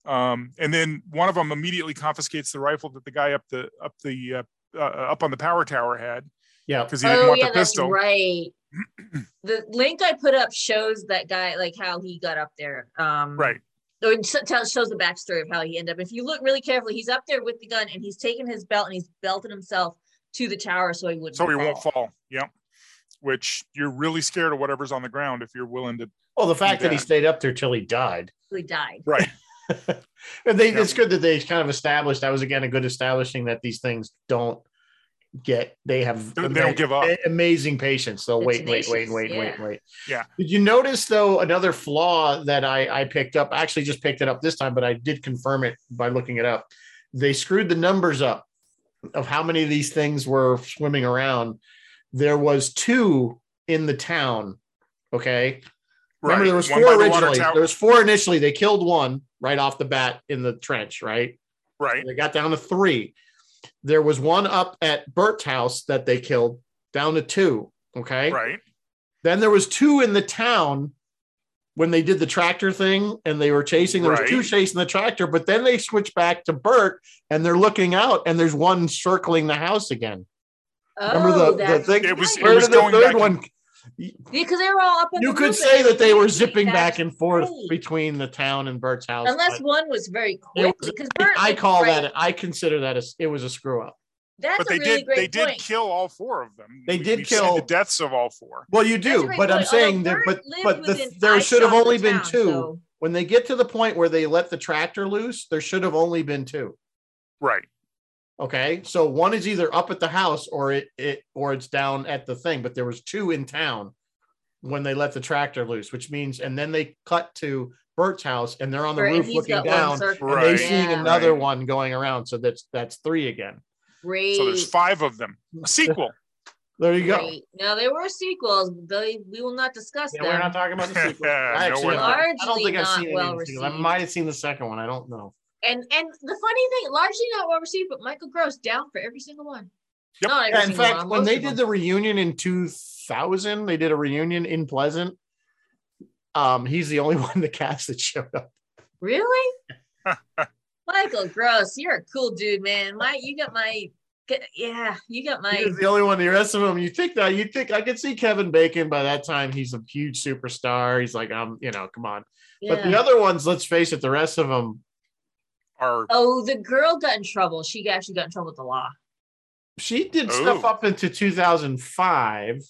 um, and then one of them immediately confiscates the rifle that the guy up the up the uh, uh, up on the power tower had
yeah,
because he didn't
Oh
want
yeah,
the
that's
pistol
right. the link I put up shows that guy like how he got up there. Um,
right
oh, It sh- tells- shows the backstory of how he ended up. If you look really carefully, he's up there with the gun and he's taking his belt and he's belted himself to the tower so he wouldn't.
so he won't
fall.
fall. Yep. Which you're really scared of whatever's on the ground if you're willing to.
Well, the fact that he
Yeah.
stayed up there till he died.
He died.
And they,
Yeah.
it's good that they kind of established. That was again a good establishing that these things don't get. They have
They don't give up.
Amazing patience. They'll wait, wait, wait, wait, wait,
Oh. Tenacious, yeah.
wait.
Yeah.
Did you notice though another flaw that I I picked up? I actually just picked it up this time, but I did confirm it by looking it up. They screwed the numbers up of how many of these things were swimming around. There was two in the town. Okay. Remember, there was
One
four
by the water
originally.
tower-
There was four initially. They killed one right off the bat in the trench, right?
right.
They got down to three. There was one up at Bert's house that they killed, down to two. Okay.
Right.
Then there was two in the town when they did the tractor thing and they were chasing. There
Right.
was two chasing the tractor, but then they switched back to Bert and they're looking out and there's one circling the house again. Remember the-
oh,
the
that's
thing-
It was-
right.
it
Where
was
did the
going back
third
and-
one?
because they were all up. on
You
the
could
roof and
say that they were
were
zipping back and forth
right.
between the town and Bert's house.
Unless
but-
one was very
It was-
quick, because Bert
I
was
call
right.
that. I consider that as it was a screw up.
That's
but
a
they
really
did.
great
They did
point.
kill all four of them.
They
We-
did
we've seen
kill-
the deaths of all four.
Well, you
That's
do,
a great
but I'm
point,
saying
although
that. But
Bert lived
but the,
within
there
eye
should have
shot of
only
the
been
town,
two.
so-
When they get to the point where they let the tractor loose, there should have only been two.
Right.
Okay, so one is either up at the house or it it or it's down at the thing. But there was two in town when they let the tractor loose, which means and then they cut to Bert's house and they're on the
Right,
roof
he's
looking
got one
down.
circle.
And
Right.
They seeing
Yeah.
another
Right.
one going around, so that's that's three again.
Great.
So there's five of them. A sequel.
There you go.
Great. Now there were sequels. but They, we will not discuss
Yeah,
them.
we're not talking about the sequel. I,
No,
actually,
we're
not.
I don't think I've seen
Largely not
any of
well
the sequels. I
received.
might have seen the second one. I don't know.
And and the funny thing, largely not well received, but Michael Gross down for every single one.
Yep.
Not
Yeah,
every
in
single
fact,
one,
when
most
they
of
did
them.
the reunion in 2000, they did a reunion in Pleasant. Um, he's the only one in the cast that showed up.
really, Michael Gross, you're a cool dude, man. My, you got my, yeah, you got my.
He's the only one. The rest of them, you think that you think I could see Kevin Bacon by that time. He's a huge superstar. He's like, um, you know, come on. But the
yeah.
other ones, let's face it, the rest of them,
Are
Oh, the girl got in trouble. She actually got in trouble with the law.
she did stuff
Oh.
up into 2005.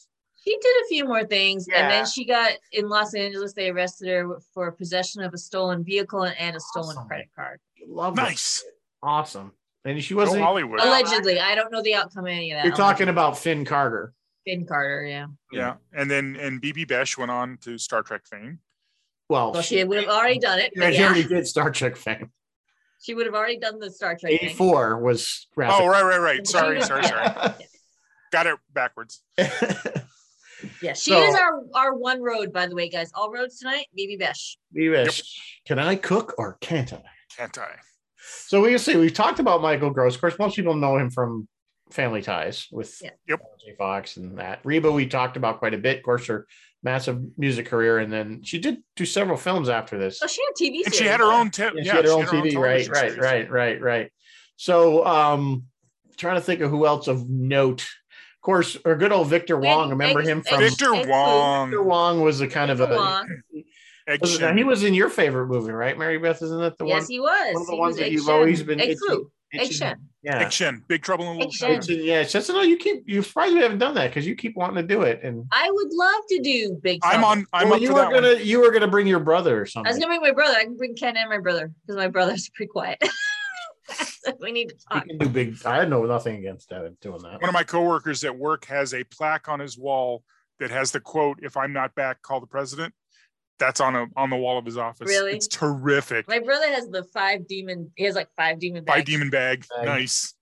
She did a few more things, and
Yeah.
then she got in Los Angeles. They arrested her for possession of a stolen vehicle and a stolen
Awesome.
credit card.
Love it.
nice.
awesome, and she
Go
wasn't.
Hollywood.
Well,
Allegedly, I don't know the outcome of any of that.
You're talking about Finn Carter.
Finn Carter, yeah.
Yeah. And then and BB Besh went on to Star Trek fame.
Well,
Well, she would have already done it.
Yeah,
but
she
yeah.
already did Star Trek fame.
She would have already done the Star Trek thing.
84 was
Oh,
rapid.
right, right, right. Sorry, sorry, sorry. Got it backwards.
Yeah, she
So-
is our our one road, by the way, guys. All roads tonight, BB Besh.
Beavis, Can I cook or can't I?
Can't I?
So we can see we've talked about Michael Gross. Of course, most people know him from Family Ties with
Yeah.
Yep.
J. Fox and that. Reba, we talked about quite a bit. Of course, her massive music career, and then she did do several films after this.
So she had TV series.
And she had her own tip.
Yeah,
Yeah,
she had her own TV, right,
television
right,
series.
right, right, right. So, um, trying to think of who else of note. Of course, our good old Victor
We had
Wong. Remember
Eggs-
him
Eggs-
from Victor,
Victor
Egg food.
Wong.
Wong was a kind of
Victor
a.
Wong.
Egg
was- now,
Shen.
he was in your favorite movie, right, Mary Beth? Isn't that the
Yes, he was.
one of the
He
ones
was
that
Egg
you've
Shen.
always been
Egg
itching-
Flu.
one?
Egg Shen.
Yeah.
Egg Shen. Big Trouble in Little
Egg
China.
Shen.
Itching, yeah, it's just no. You keep you surprised we haven't done that because you keep wanting to do it. And
I would love to do Big
I'm
Trouble.
on. I'm
Well,
up
you
for
were
that one.
gonna you were gonna bring your brother or
I was
something.
gonna bring my brother. I can bring Ken and my brother because my brother's pretty quiet. So we need to
We
talk.
can do big. I had no nothing against that doing that.
One of my coworkers at work has a plaque on his wall that has the quote, "If I'm not back, call the president." That's on a on the wall of his office.
Really?
It's terrific.
My brother has the five demon. He has like five demon
By
bags.
demon bag.
Bag.
Nice.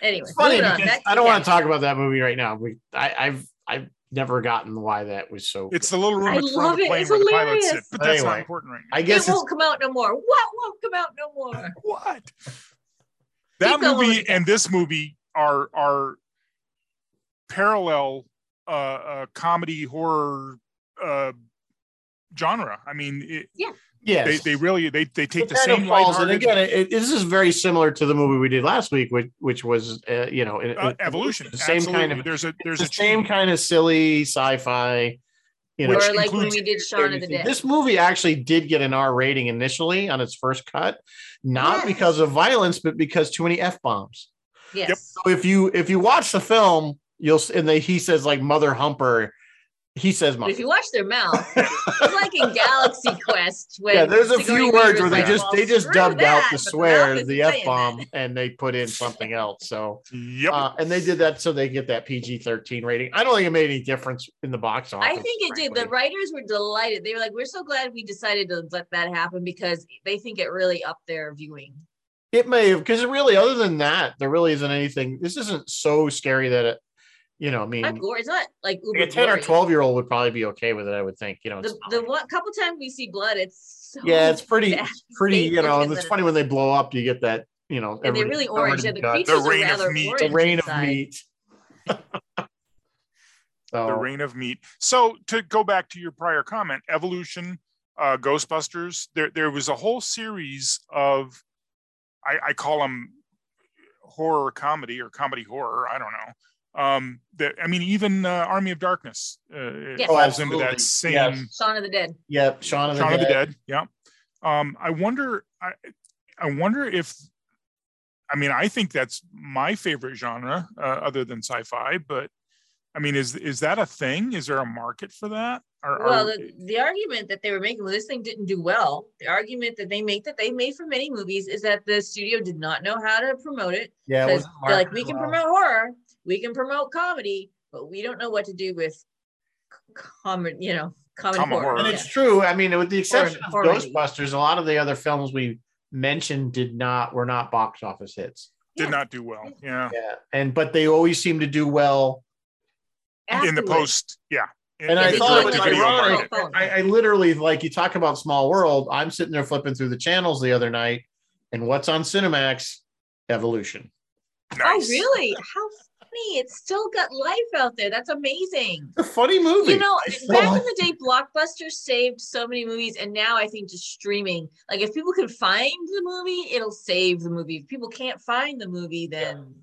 Anyway,
It's funny
moving on.
because
Back
I don't
Ken.
want to talk about that movie right now. We I, I've I've never gotten why that was so.
It's the little room
I
in front
love
of the
it.
plane
It's
where the pilots sit,
hilarious.
but that's
Anyway.
not important right now.
I guess
it
it's
won't come out no more. What won't come out no more?
What? That
going with
movie
it.
and this movie are are parallel uh, uh comedy horror uh genre. I mean, it,
yes.
they they really they they take
But
the
that
same
falls, and
lighthearted
again, it, it- this is very similar to the movie we did last week, which which was uh, you know it-
uh,
it-
evolution.
the same kind
Absolutely.
of
there's a there's
the
a
same
change.
kind of silly sci-fi. You know,
Which
or like when
includes
we did Shaun of the Dead.
This movie actually did get an R rating initially on its first cut, not
Yes.
because of violence, but because too many f bombs.
Yes.
So if you if you watch the film, you'll s- and they, he says like mother humper. He says
But
mother.
if you watch their mouth, it's like in Galaxy Quest. When
yeah, there's a few
Sigourney
words
Weaver's
where they
like,
just
"Well,
they just
screw
dubbed
that,"
out the
but mouth
swear,
isn't
the
saying
f bomb, and they put in something else. So
Yep.
uh, and they did that so they get that PG thirteen rating. I don't think it made any difference in the box
that.
office.
I think it did. The
frankly.
writers were delighted. They were like, "We're so glad we decided to let that happen because they think it really upped their viewing."
It may have because really, other than that, there really isn't anything. This isn't so scary that it, you know, I mean,
Not gore. It's not like uber
like a ten or
gory.
twelve year old would probably be okay with it. I would think. You know, it's
The,
not
the
like-
one couple times we see blood, it's so
yeah, it's pretty
bad.
pretty.
They
You know,
look
and
at
it's
the-
funny when they blow up, you get that. You know,
and they're
everybody's
really
covered in
orange. Yeah, the
guts.
creatures are
rain of
rather
meat.
the
orange
rain of
inside.
meat. so
the reign of meat. So to go back to your prior comment, evolution, uh, Ghostbusters, there there was a whole series of, I, I call them horror comedy or comedy horror. I don't know. Um, that I mean, even uh, Army of Darkness uh, it
Yes.
Oh,
falls into
absolutely.
that same
Yes.
Shaun of the Dead.
yeah, Shaun of the
Shaun of the
Dead.
Dead. Yeah. Um, I wonder. I, I wonder if. I mean, I think that's my favorite genre, uh, other than sci-fi. But I mean, is is that a thing? Is there a market for that? Or, or-
Well, the, the argument that they were making, well, this thing didn't do well. The argument that they make that they made for many movies is that the studio did not know how to promote it
Yeah, it
because
wasn't
they're like,
marketed
we can
well.
promote horror, we can promote comedy, but we don't know what to do with comedy, you know, comedy
Common
horror.
horror.
And
Yeah.
it's true. I mean, with the exception of
Or- or maybe.
Ghostbusters, a lot of the other films we mentioned did not were not box office hits.
did
yeah.
not do well. Yeah.
Yeah, and but they always seem to do well
in the
Afterwards.
post. Yeah.
And I
the
thought it was
direct-to-video
ironic.
market.
Phone.
I, I literally like you talk about small world. I'm sitting there flipping through the channels the other night, and what's on Cinemax? Evolution.
Oh,
Nice.
really? How funny. It's still got life out there. That's amazing.
It's a funny movie.
You know,
I still
back in
like-
the day, Blockbuster saved so many movies, and now I think just streaming. Like, if people can find the movie, it'll save the movie. If people can't find the movie, then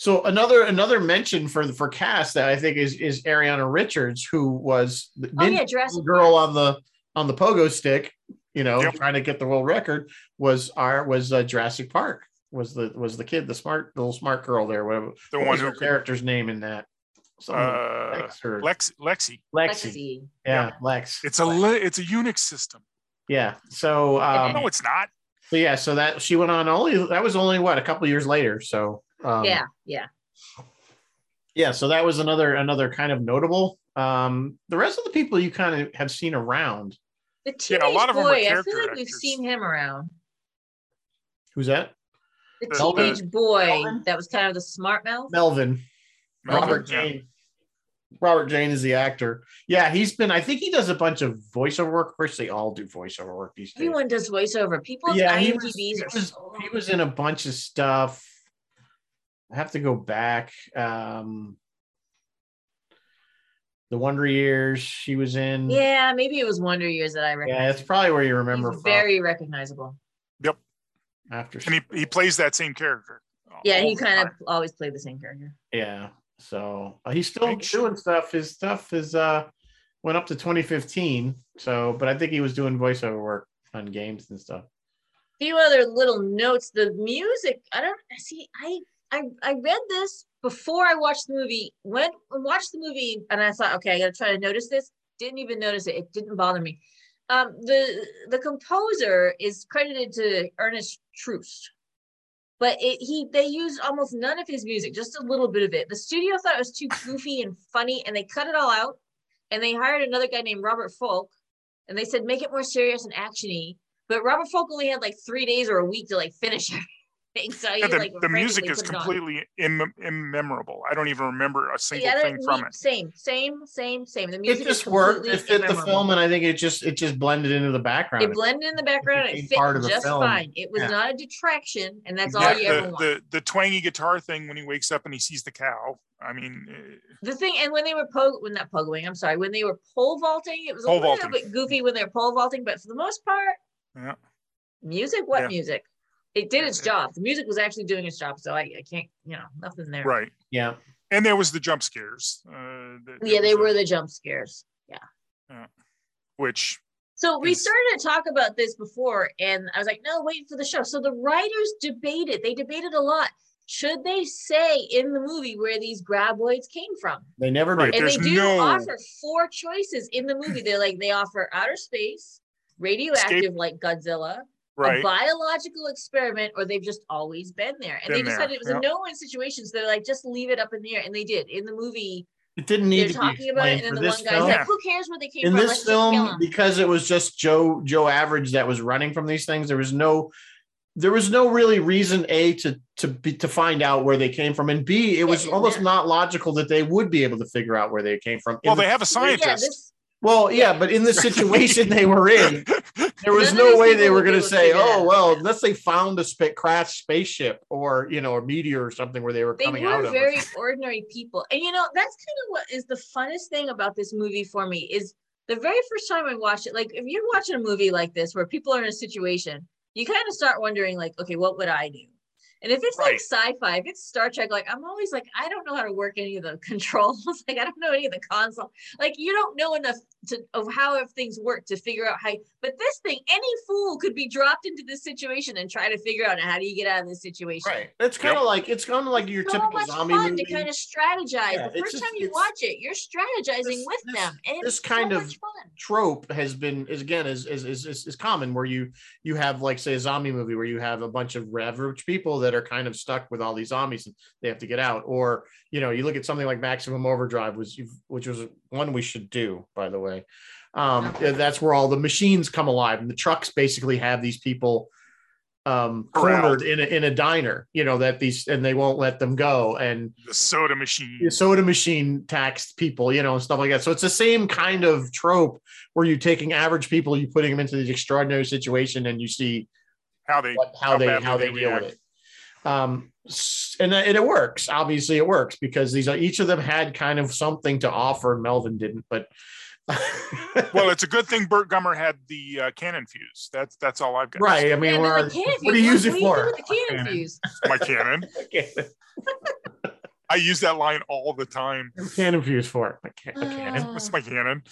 So another another mention for the for cast that I think is is Ariana Richards, who was the
oh
ninja
yeah, Jurassic
girl on the on the pogo stick, you know,
Yep.
trying to get the world record. Was our was uh, Jurassic Park was the was the kid the smart the little smart girl there whatever
The
What
one
was
who
her
could,
character's name in that Something with
uh,
Lex or
Lex, Lexi.
Lexi.
Lexi.
yeah Lex
It's a li- it's a Unix system.
yeah so um,
no, it's not.
So yeah, so that she went on only that was only what a couple years later. So um,
yeah, yeah.
yeah. So that was another another kind of notable. Um, the rest of the people you kind of have seen around.
The
Yeah,
teenage
a lot of them were
boy. I feel
character
like we've
actors.
seen him around.
Who's that?
The
The-
teenage boy
Melvin?
that was kind of the smart mouth.
Melvin Robert
Yeah.
Jane. Robert Jane is the actor. Yeah, he's been. I think he does a bunch of voiceover work. Of course, they all do voiceover work these days.
Everyone does voiceover. People's
Yeah, he was-
IMDb's are
he was-
so
he was in a bunch of stuff. I have to go back. Um, the Wonder Years she was in.
Yeah, maybe it was Wonder Years that I
Yeah,
recognize.
that's probably where you remember from
very recognizable.
after.
And he, he plays that same character.
Yeah,
all
he
the
kind of
time.
always played the same character.
yeah, so uh, he's still
Big shit.
doing stuff. His stuff is uh went up to 2015. So, but I think he was doing voiceover work on games and stuff.
few other little notes. The music, I don't see. I I I read this before I watched the movie. Went and watched the movie, and I thought, okay, I gotta try to notice this. Didn't even notice it. It didn't bother me. Um, the the composer is credited to Ernest Troost, but it, he they used almost none of his music, just a little bit of it. The studio thought it was too goofy and funny, and they cut it all out. And they hired another guy named Robert Folk, and they said make it more serious and actiony. But Robert Folk only had like three days or a week to like finish everything. So he,
Yeah, the,
like,
the music
frantically
is
put it on.
completely Im- immemorable. I don't even remember a single
Yeah, that-
thing from
me-
it.
Same, same, same, same. The music
It
is
just worked. It
completely
fit the
immemorable.
film, and I think it just it just blended into the background.
It blended in the background. It
became
fit
part of the
just
film.
fine. It was
Yeah.
not a detraction, and that's all
Yeah,
you ever
the,
want.
the the twangy guitar thing when he wakes up and he sees the cow. I mean, eh,
The thing, and when they were po- when not pogoing, I'm sorry, when they were pole vaulting, it was a
Pole
little
vaulting.
bit goofy when they were pole vaulting, but for the most part,
Yeah.
music, what
Yeah.
music? It did its
Yeah.
job. The music was actually doing its job, so I, I can't, you know, nothing there.
right.
yeah,
And there was the jump scares. Uh, that-
Yeah,
that
they
was
were
a-
the jump scares.
which
So we
It's-
started to talk about this before, and I was like, no, wait for the show. So the writers debated, they debated a lot. Should they say in the movie where these graboids came from?
they never
Right.
did.
And they
There's
do
no-
offer four choices in the movie. They're like, they offer outer space, radioactive, like Godzilla, a
right.
biological experiment, or they've just always been there. And
Been
they
there,
decided it was
yeah.
a no win situation. So they're like, just leave it up in the air. And they did. In the movie,
It didn't need
they're
to be
talking about it.
explained
And then
for this
the one guy's
film.
like, who cares where they came
in
from?
this
Let's just kill
film
'em."
because it was just joe joe average that was running from these things there was no there was no really reason a to to be to find out where they came from and b it was
Yeah,
almost
yeah.
not logical that they would be able to figure out where they came from
Well,
In the-
they have a scientist.
Yeah, this,
well yeah but in the situation they were in there was
None of
no
these
way
people
they were
would be
going to
able to
say
figure it
oh
out."
well unless they found a spa- crashed spaceship or you know a meteor or something where they were
they
coming out
were
of
very ordinary people and you know that's kind of what is the funnest thing about this movie for me is the very first time i watched it like if you're watching a movie like this where people are in a situation you kind of start wondering like okay what would i do and if it's
Right.
like sci-fi if it's star trek like i'm always like i don't know how to work any of the controls like i don't know any of the console like you don't know enough to of how if things work to figure out how but this thing any fool could be dropped into this situation and try to figure out how do you get out of this situation
right it's kind of like it's kind of like your
so
typical
much
zombie
fun
movie
to kind of strategize.
Yeah,
the
it's
first
just-
time you
it's-
watch it, you're strategizing
this-
with
this-
them, and
this
it's
kind
so
of-
much fun.
trope has been is again is is, is is is common where you you have like say a zombie movie where you have a bunch of average people that are kind of stuck with all these zombies and they have to get out or you know you look at something like maximum overdrive was which was one we should do by the way um that's where all the machines come alive and the trucks basically have these people um,
Corralled.
cornered in a, in a diner, you know, that these and they won't let them go. And
The soda machine.
the soda machine taxed people, you know, and stuff like that. So it's the same kind of trope where you're taking average people, you're putting them into these extraordinary situation and you see
How they
what, how,
how
they
badly
how they
they
deal with
react.
it. Um, s- and, that- and it works. Obviously, it works because these are each of them had kind of something to offer, and Melvin didn't. But
well, it's a good thing Bert Gummer had the uh, cannon fuse. That's that's all I've got.
right, I mean,
Yeah,
we're-
but the cannon
what do
fuse,
you use it
do
for?
with the cannon fuse?
My cannon.
Okay.
I use that line all the time.
Can't infuse for it. I can't. I can't.
Ah.
What's my cannon?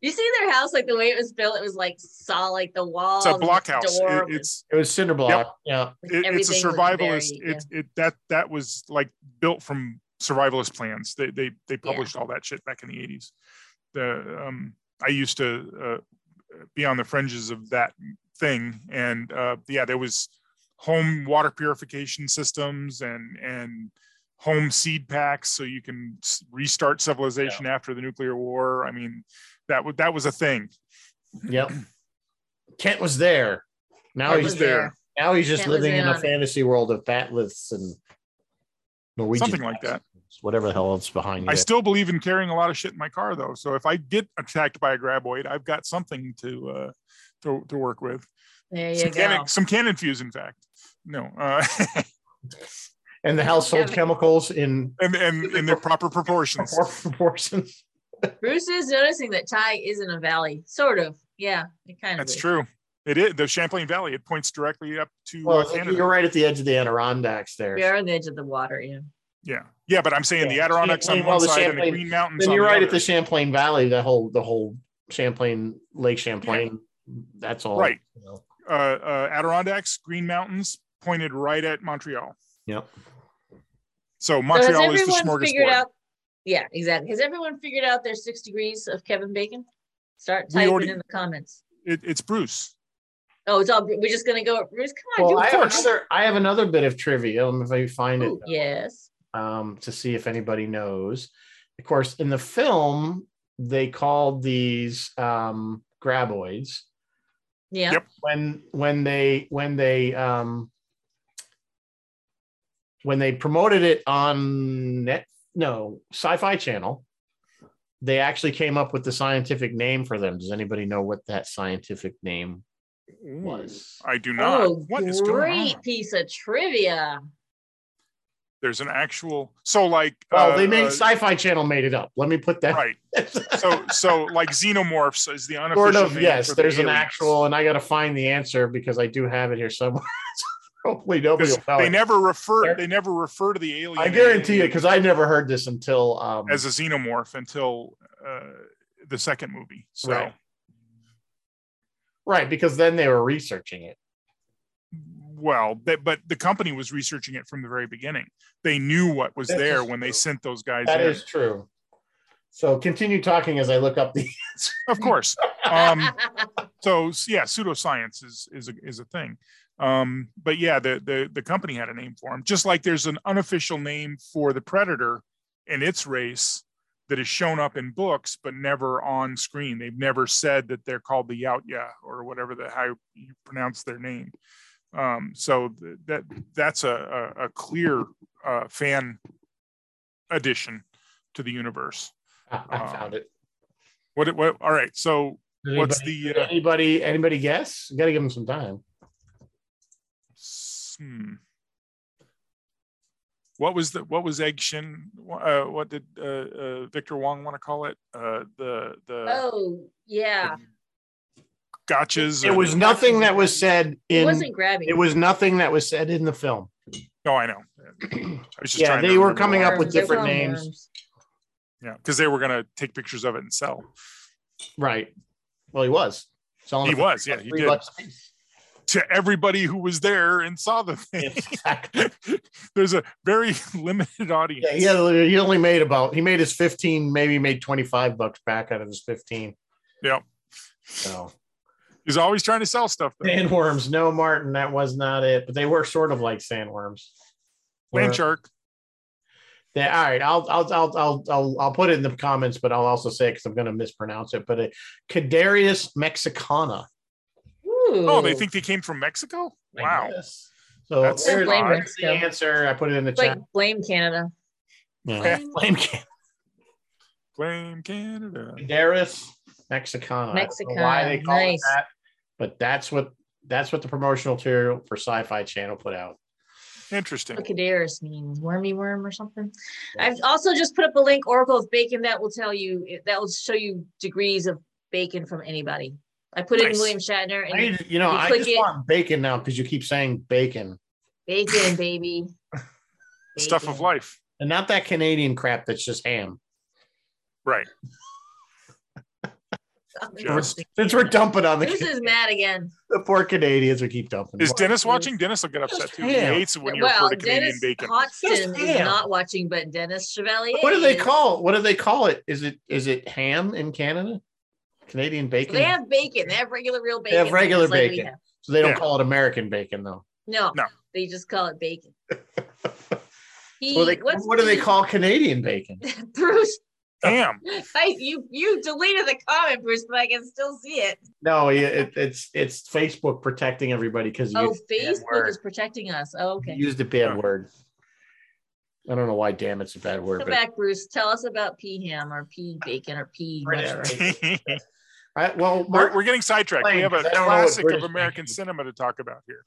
You see their house, like the way it was built, it was like saw like the wall.
It's a blockhouse. It, it's
It was cinder block.
it, it's a survivalist.
Very,
It, it that that was like built from survivalist plans. They they they published all that shit back in the eighties. The um, I used to uh, be on the fringes of that thing, and uh, yeah, there was home water purification systems and and home seed packs so you can s- restart civilization after the nuclear war. I mean, that was that was a thing.
Yeah. Yep. Kent was there. Now
I
he's
was there.
now he's just
Kent was
living
in
in a
on it.
fantasy world of fatless and Norwegian
Something like that.
accents, Whatever the hell is behind
I
you.
still believe in carrying a lot of shit in my car though. So if I get attacked by a graboid, I've got something to uh to, to work with.
There you
Some
go.
cannon, some cannon fuse, in fact. No. Uh
and the household
Yeah.
chemicals in
and, and in their proper proportions.
proportions.
Bruce is noticing that Ty is in a valley, sort of. Yeah, it kind of.
That's
is.
true. It is the Champlain Valley, it points directly up to uh,
Well,
Canada.
you're right at the edge of the Adirondacks there.
We are on the edge of the water. Yeah.
Yeah. Yeah, but I'm saying the
Yeah.
Adirondacks on
Champlain-
one
well, the
side and the
Champlain-
Green Mountains
Then
on
you're
the
right
other.
at the Champlain Valley. The whole the whole Champlain Lake Champlain. That's all.
Right.
you know.
uh, uh, Adirondacks, Green Mountains pointed right at Montreal.
Yep.
So
So has
Montreal is the
everyone figured
smorgasbord.
out? Yeah, exactly. Has everyone figured out their six degrees of Kevin Bacon? Start
We
typing
already-
in the comments.
It, it's Bruce.
Oh, it's all. We're just gonna go. Bruce, come on.
Well, I
do
have
it.
another. I have another bit of trivia. um, If I find it,
Ooh, Yes.
um, to see if anybody knows. Of course, in the film, they called these um, graboids
Yeah.
Yep.
when when they when they um, when they promoted it on net no sci-fi channel they actually came up with the scientific name for them does anybody know what that scientific name
Hmm.
was
I do not.
Oh,
What is going
great
on?
piece of trivia.
There's an actual. So like.
well
uh,
Oh, they made
uh,
sci-fi channel made it up let me put that
right. So so like xenomorphs is the unofficial.
sort of
name
yes
for the
there's an
aliens.
actual and i gotta find the answer because i do have it here somewhere hopefully nobody
'Cause
will tell
They
it.
never refer.
They're-
They never refer to the alien.
i guarantee it because i never heard this until um
as a xenomorph until uh, the second movie. So
Right. right because then they were researching it
well, but, but the company was researching it from the very beginning. They knew what was
This
there
is
when they
true.
sent those guys.
That
in.
is true so continue talking as i look up the
of course. Um, so s- yeah, pseudoscience is is a, is a thing. Um, but yeah, the, the the company had a name for him, just like there's an unofficial name for the predator and its race that is shown up in books but never on screen. They've never said that they're called the Yautja or whatever the how you pronounce their name. Um, so th- that that's a a, a clear uh, fan addition to the universe.
Ah, i found it
What what? All right, so
Does
what's
anybody,
the uh,
did anybody anybody guess you gotta give them some time
S- Hmm. What was the what was egg shin? wh- Uh, what did uh, uh, Victor Wong want to call it? Uh, the the
oh, yeah.
gotchas.
it
or-
was nothing that was said
it
in
wasn't grabbing.
it was nothing that was said in the film
No, I know. I was just
Yeah,
trying to
they were
remember
coming
what-
up with
Worms, they're
different
called
names.
worms.
Yeah, because they were gonna take pictures of it and sell.
right well he was selling
He
it for
was, yeah, he
three
did
bucks a piece.
to everybody who was there and saw the thing.
Exactly.
There's a very limited audience.
Yeah, he, had, he only made about he made his fifteen, maybe made twenty five bucks back out of his fifteen.
Yep.
So
He's always trying to sell stuff. Though.
sandworms, no Martin, that was not it. But they were sort of like sandworms. Where-
Land shark.
They, all right, I'll I'll I'll I'll I'll I'll put it in the comments, but I'll also say because I'm going to mispronounce it. But it, Cadarius mexicana.
Ooh,
Oh, they think they came from Mexico?
I
Wow.
guess. So
That's
there's,
Blame
there's the
Mexico.
answer. I put it in the
It's like
chat.
blame Canada.
Yeah. Blame Canada.
Blame Canada.
Darris Mexicana. I don't know Why they
Mexicana,
call
nice.
it that? But that's what that's what the promotional material for Sci-Fi Channel put out.
Interesting.
Cadaris means wormy worm or something. I've also just put up a link, Oracle of Bacon, that will tell you, that will show you degrees of bacon from anybody. I put it in
Nice.
William Shatner
I
and
need- you know,
you
I
click
just
it.
want bacon now because you keep saying bacon
bacon, baby.
Stuff of
Bacon.
life.
and not that Canadian crap that's just ham.
Right. Just-
Since we're dumping on the,
Who's is mad again?
the poor Canadians, we keep dumping.
Is Dennis watching? Dennis will get upset too. He
Yeah.
hates it when you
well,
refer to Canadian
Dennis
bacon.
Hodgson
Just
is
ham.
not watching, but Dennis Chevalier.
what do they
is.
call? What do they call it? Is it is it ham in Canada? Canadian bacon.
They have bacon. They have regular, real bacon.
They have regular
just like we
bacon.
have.
so they don't
Yeah.
call it American bacon though.
No,
No.
they just call it bacon. He,
Well, they,
what's
what do they
the-
call Canadian bacon?
Bruce?
Damn.
I, you you deleted the comment, Bruce, but I can still see it.
No, yeah, it, it's it's Facebook protecting everybody because you
Oh,
used the bad
Facebook
word.
is protecting us. Oh, okay.
You used a bad
Oh.
word. I don't know why. Damn, it's a bad word.
Come
But
back, Bruce. Tell us about pea ham or pea bacon or pea
Right,
whatever.
right.
we're,
I, well, Mark,
we're getting sidetracked. We have a
I don't know what
classic of
British
American
bacon is.
cinema to talk about here.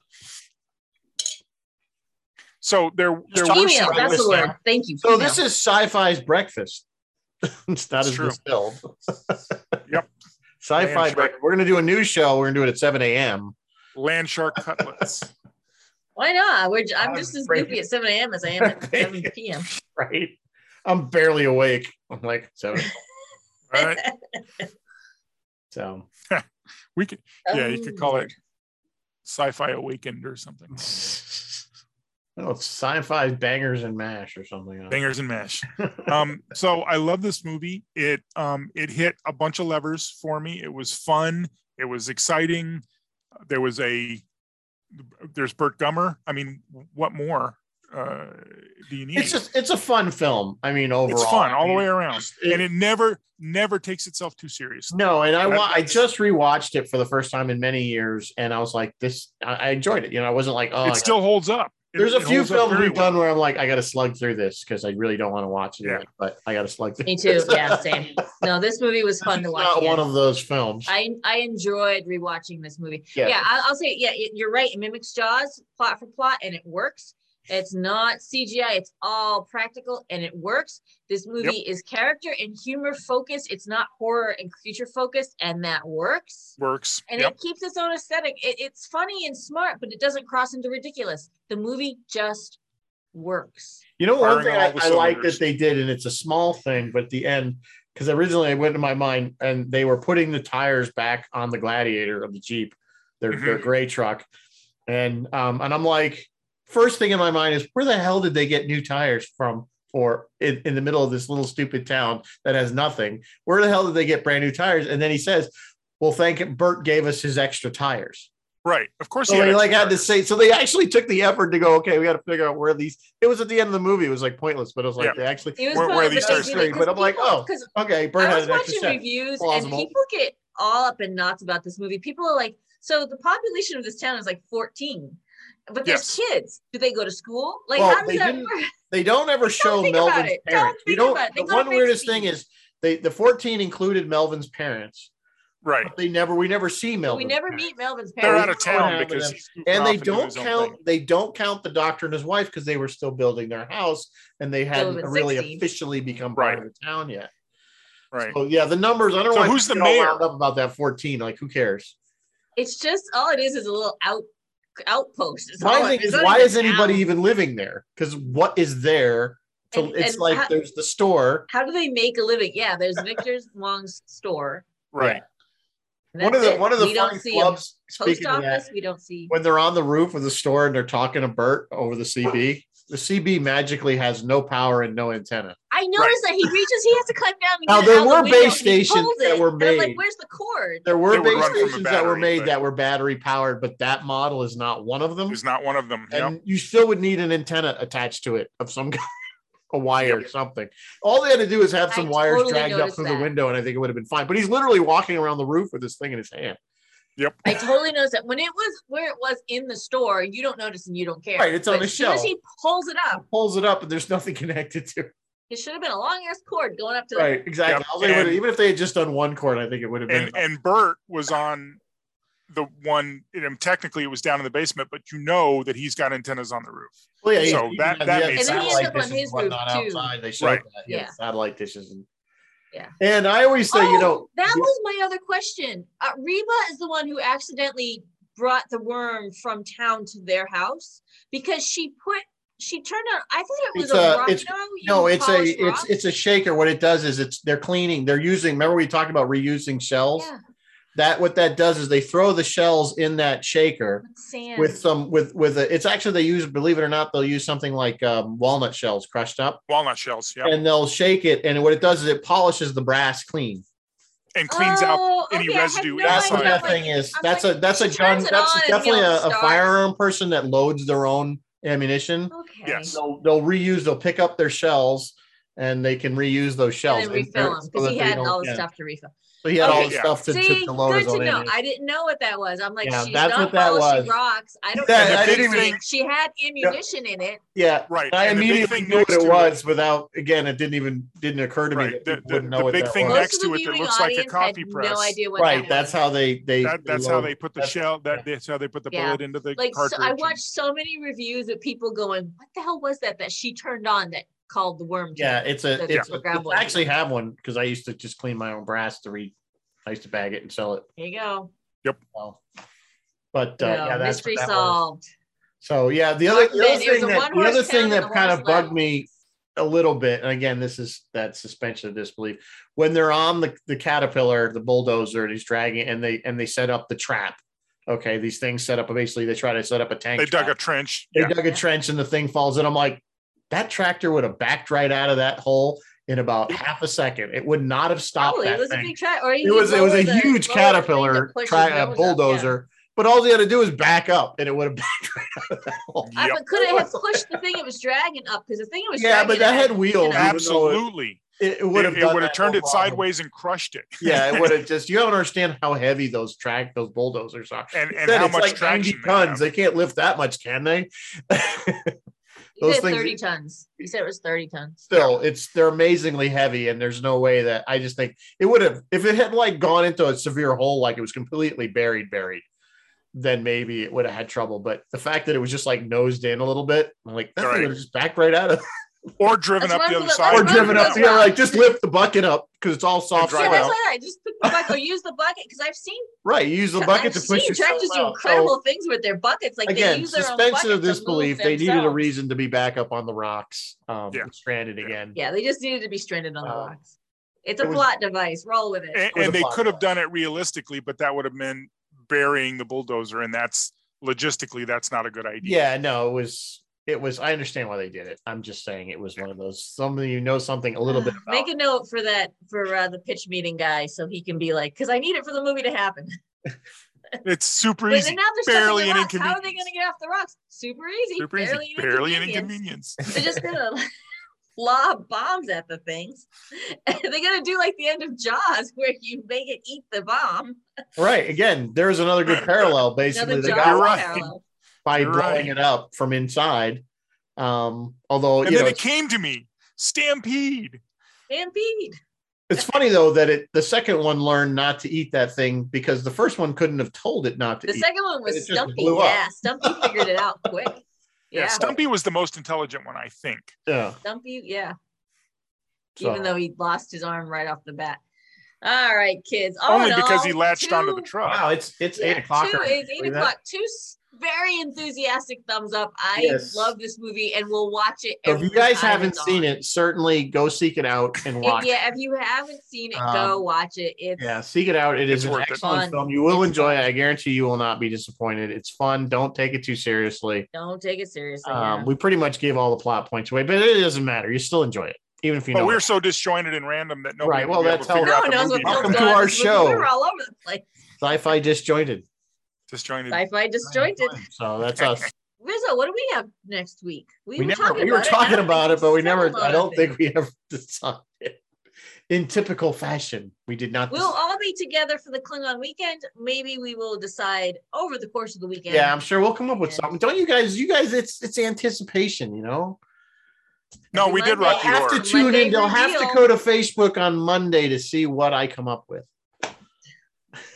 So there, there
Just
were
talk
Female,
some
about
that's the
this
word. Thank you.
so
female.
this is sci-fi's breakfast. it's not
It's
as
true.
distilled.
Yep.
Sci-fi
Man, sure.
breakfast. We're gonna do a new show. We're gonna do it at seven a.m.
land shark cutlets.
Why not? We're, j- I'm
I'm
just as
afraid-
goofy at 7 a.m. as I am at 7 p.m.
Right. I'm barely awake. I'm like seven.
All right.
So
We could, yeah, you
Oh,
could call it sci-fi awakened or something.
Oh, no, it's sci-fi bangers and mash or something.
Bangers and mash. um, so I love this movie. It um, it hit a bunch of levers for me. It was fun. It was exciting. There was a there's Burt Gummer. I mean, what more uh, do you need?
It's just it's a fun film. I mean, overall,
It's fun
I
all the
mean,
way around,
it- Oh,
and it never never takes itself too seriously.
No, and I
But I-
wa- I just rewatched it for the first time in many years, and I was like, this. I, I enjoyed it. You know, I wasn't like, oh, I
it
gotta-
still holds up. It-
There's a
it
few
holds up
films
very
we've done where I'm like, I got to slug through this because I really don't want to watch it,
Yeah.
again, but I got to slug through.
Me too.
this.
Yeah, same. No, this movie was fun
It's
to
Not
watch.
one
Yes.
of those films.
I I enjoyed rewatching this movie.
Yeah.
Yeah, I, I'll say yeah. It, you're right. It mimics Jaws plot for plot, and it works. It's not CGI. It's all practical, and it works. This movie is character and humor focused. It's not horror and creature focused, and that works.
Works.
And
Yep.
it keeps its own aesthetic. It, it's funny and smart, but it doesn't cross into ridiculous. The movie just works.
You know, one
Firing
thing
on
I,
all the
I like
cylinders.
that they did, and it's a small thing, but at the end, because originally I went in my mind and they were putting the tires back on the Gladiator of the Jeep, their,
Mm-hmm.
their gray truck. And, um, and I'm like, first thing in my mind is where the hell did they get new tires from? Or in, in the middle of this little stupid town that has nothing, where the hell did they get brand new tires? And then he says, well, thank it. Bert gave us his extra tires.
Right. Of course.
So
he had
they
extra
like had to
characters.
say, so they actually took the effort to go, okay, we got to figure out where these. It was at the end of the movie. It was like pointless, but it was like
Yeah.
they actually.
It was
Where- where
funny,
are these
but they
stars
did it
straight?
'cause
But I'm like,
people-
oh,
'cause
Okay, Bert
I
had
was
an extra
watching
set.
reviews
Plausible.
and people get all up in knots about this movie. People are like, so the population of this town is like 14, but there's kids. Do they go to school? Like,
Well,
how
they
does that
didn't
work?
They don't ever show
think about
Melvin's
it. Don't
parents. you
think
don't.
about it. They
The
go to
one weirdest
Bixby.
thing is they the 14 included Melvin's parents.
Right.
But they never. We never see Melvin.
We never meet Melvin's
They're
we
out
parents.
of
don't
town
have
because
them.
he's goofing
And they
off and doing
don't
his own
count.
thing.
They don't count the doctor and his wife because they were still building their house and they hadn't
been
really
16.
officially become part of the town yet.
Right.
So yeah, the numbers. I don't
So
know. why
who's the
people get all
mayor?
wound Up about that 14. Like who cares?
It's just all it is is a little out outpost. It's
my
all it-
thing
it's
is
not
why
even
is anybody
town.
even living there because what is there to,
And-
it's
and
like
how-
there's the store
How do they make a living? Yeah, there's Victor Wong's store.
Right.
and
one of
that's
the
it.
one of the
we don't
funny
see
clubs
a post
speaking of that,
office. We don't see.
when they're on the roof of the store and they're talking to bert over the cb the cb magically has no power and no antenna
I noticed that he reaches, he has to climb down. And
Now,
get it
there
out the
were
window,
base
and he
stations
pulls
that
it,
were
and I'm like,
made.
where's the cord?
there were
They would
base
run from a
stations that were
battery,
made
but-
that were battery powered but that model is not one of them
There's not one of them.
and
Yep.
you still would need an antenna attached to it of some kind, a wire or something. All they had to do is have some
I
wires
totally
dragged up
noticed
through the
that.
window, and I think it would have been fine. But he's literally walking around the roof with this thing in his hand.
Yep.
I totally noticed that when it was where it was in the store, you don't notice and you don't care.
Right, it's on
But
the
as soon as
shelf.
he pulls it up,
Pulls it up and there's nothing connected to it.
it should have been a long ass cord going up to
Right, exactly.
Yep,
I was like,
and-
even if they had just done one chord, I think it would have been.
and and Bert was on the one. And technically, it was down in the basement, but you know that he's got antennas on the roof.
well,
so
even
that-
had
that
the
made
sense. And then he ended up on
dishes and
his roof,
whatnot
too.
outside. They showed
Right.
that. Yeah,
Yeah.
satellite dishes. And,
Yeah.
And I always say, you
Oh,
know,
that was my other question. Uh, Reba is the one who accidentally brought the worm from town to their house because she put she turned on. I thought it was
It's
a,
a-
rock.
it's-
no, you
no, it's a
polished
it's
rock?
it's a shaker. What it does is it's they're cleaning. They're using. Remember we talked about reusing shells.
yeah,
That what that does is they throw the shells in that shaker.
with sand.
with some with with a, it's actually they use believe it or not they'll use something like um, walnut shells crushed up
Walnut shells, yeah,
and they'll shake it and what it does is it polishes the brass clean
and cleans out
Oh,
any
okay, I had
residue
no
that's
inside.
what
idea.
that thing is
I'm
that's
like,
a that's a
she
gun
turns it on
that's
and
definitely
yells,
a, a
"Stop."
firearm person that loads their own ammunition
Okay.
Yes.
they'll, they'll reuse they'll pick up their shells and they can reuse those
And
shells
then
and-
refill him
so
because
that
he
they
had
don't-
all the
yeah.
stuff to refill.
so he had all
Okay,
the
yeah.
stuff to, to-
See,
to load
good
his
to
own
know.
ammunition.
I didn't know what that was. I'm like,
Yeah,
she's
that's
not
what that
polishing
was.
rocks. I don't
Yeah,
know.
I
what
didn't
it is.
even-
She had ammunition in it.
yeah
Right.
I
and the big
immediately
thing
knew what
next
it
to
was without again it didn't even didn't occur to me
Right,
that
the-
people
the-
wouldn't know
the
what
big
that
thing
was.
Most
next
of the
to it that
viewing
looks like a
audience
coffee
had
press.
No idea what
right
that
that's
was.
how they they
That, that's how they put the
that's-
shell. That,
yeah.
that's how they put the
Yeah.
bullet into the
like so
cartridge.
I
and-
watched so many reviews of people going, "What the hell was that that she turned on that called the worm?" to
yeah
me?"
it's a
That's
it's,
what
a,
grab
it's-
one
I actually
is.
have one because i used to just clean my own brass to read i used to bag it and sell it
there you go.
well but uh,
So,
yeah that's
mystery
what that was.
solved.
so yeah the other, the
Then
other
it was
thing
a
that, the
one-horse
other thing
town
that
and a
kind of
horse left.
bugged me a little bit and again this is that suspension of disbelief when they're on the, the caterpillar the bulldozer and he's dragging it, and they and they set up the trap okay these things set up basically they try to set up a tank
They dug
trap.
a trench.
they
Yeah.
dug a
Yeah.
trench and the thing falls in. I'm like, that tractor would have backed right out of that hole in about half a second. It would not have stopped
Probably it
that
was a
thing.
big try, or
It was it was a huge caterpillar
try
tri- a bulldozer, but all they had to do was back up, and it would have backed right out of that hole.
I
Yep.
but could it have pushed the thing it was dragging up because the thing it was
Yeah, but
dragging
that
up-
had wheels.
know.
even though It,
Absolutely.
it, it
It
would have
it
done
would have
that,
turned
no
it
problem.
sideways and crushed it.
Yeah, it would have just. You don't understand how heavy those track those bulldozers are.
And and
Said
how
it's
much
like 90
traction they
tons.
have.
They can't lift that much, can they?
he
those
said
things- e
thirty tons. He said it was thirty tons.
still it's they're amazingly heavy and there's no way that i just think it would have if it had like gone into a severe hole like it was completely buried buried then maybe it would have had trouble but the fact that it was just like nosed in a little bit I'm like that
Right.
would have just backed right out of
Or driven
That's
up
one
the
of
other
the-
side.
or
Right.
driven up
Right.
yeah like just lift the bucket up because it's all soft
Dry
yeah,
soil.
that's what I just took the bucket or use the bucket because I've seen
right you use the bucket
I've
to push
seen
yourself
tractors do
out. So,
incredible things with their buckets. Like they
again
use their
suspension
own
of
bucket to move
disbelief they needed a
themselves.
reason to be back up on the rocks um
Yeah.
stranded
Yeah.
again
Yeah, they just needed to be stranded on the
Um,
rocks. It's a
it was-
plot device. Roll with it.
and,
Or the
and they
fire
could have
truck.
done it realistically, but that would have meant burying the bulldozer, and that's logistically that's not a good idea.
Yeah, no, it was it was I understand why they did it. I'm just saying it was one of those some of you know something a little bit about.
Make a note for that for uh, the pitch meeting guy, so he can be like, because I need it for the movie to happen.
It's super
But
easy,
then now they're
barely
stuck on
an
the rocks. How are they
inconvenience.
going to get off the rocks? Super easy.
super easy,
barely,
barely
an
an
inconvenience.
inconvenience.
They're just gonna lob bombs at the things. And they're gonna do like the end of Jaws, where you make it eat the bomb.
Right. Again, there's another good parallel basically
Another
they
Jaws
got
You're right.
parallel.
by
You're
blowing
right.
it up from inside. Um, although
and
you
then
know
it came to me, stampede.
Stampede.
it's funny though that it the second one learned not to eat that thing because the first one couldn't have told it not to
The
eat.
second one
It
was
just
Stumpy.
blew up.
Yeah, Stumpy figured it out quick.
Yeah,
Yeah,
Stumpy was the most intelligent one, I think.
yeah.
Stumpy. Yeah,
So,
even though he lost his arm right off the bat. All right, kids. All
Only
in
because he
all,
latched onto the
Oh, two-
truck.
wow, it's it's
yeah,
eight o'clock.
Two,
already.
it's eight
Believe that?
o'clock. Two s- very enthusiastic thumbs up. I
Yes.
love this movie, and we'll watch it.
So if you guys haven't seen
it.
it, certainly go seek it out and watch. it.
yeah, if you haven't seen it, go
Um,
watch it. It's
Yeah, seek it out. It is
It's
an
worth it.
excellent
Fun.
film. You will
It's
enjoy
fun.
it. I guarantee you will not be disappointed. It's fun. Don't take it too seriously.
don't take it seriously.
Um,
yeah.
we pretty much gave all the plot points away, but it doesn't matter. You still enjoy it, even if you
but
know.
we're
it.
so disjointed and random that nobody
Right,
will
well,
be able
that's
to
how-
figure
no
out
one
the
knows what
movie
Welcome to
film's
from
going on
our
in this movie.
show.
We were all over the place.
Sci-fi disjointed.
disjointed.
Sci-fi disjointed.
So that's us.
Rizzo, what do we have next week? We,
We
were
never.
talking
We were
about it.
talking
I don't
about
think
it, but we
settled
never.
on
I don't
anything.
think we ever decided. In typical fashion, we did not.
We'll all all be together for the Klingon weekend. Maybe we will decide over the course of the weekend.
Yeah, I'm sure we'll come up with something. Don't you guys? You guys, it's it's anticipation, you know.
No,
Every
we did
Monday
Rocky
after
Have
Horror.
to tune
Monday
in. They'll have to
reveal.
go to Facebook on Monday to see what I come up with.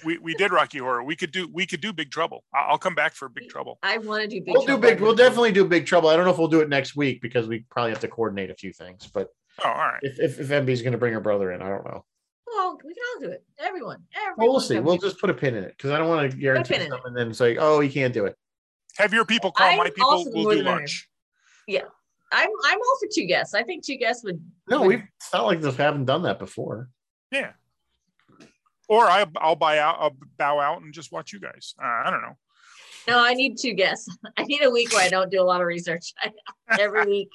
We, we did Rocky Horror. We could do we could do Big Trouble. I- I'll come back for Big Trouble.
I want to do big.
we'll
Trouble.
do big. We'll definitely do Big Trouble. I don't know if we'll do it next week because we probably have to coordinate a few things. But
Oh, all right.
if if, if MB's going to bring her brother in, I don't know.
Well, we can all do it. Everyone. everyone
Well, we'll see.
can
We'll
do it.
just put a pin in it because I don't want to guarantee
pin in it.
something and then it's like, oh, you can't do it.
Have your people call
I'm
my people.
also the
We'll do
winner.
lunch.
I'm I'm all for two guests. I think two guests would.
No,
would-
we. It's not like they haven't done that before.
Yeah. Or I I'll buy out. I'll bow out and just watch you guys. Uh, I don't know.
No, I need two guests. I need a week where I don't do a lot of research every week.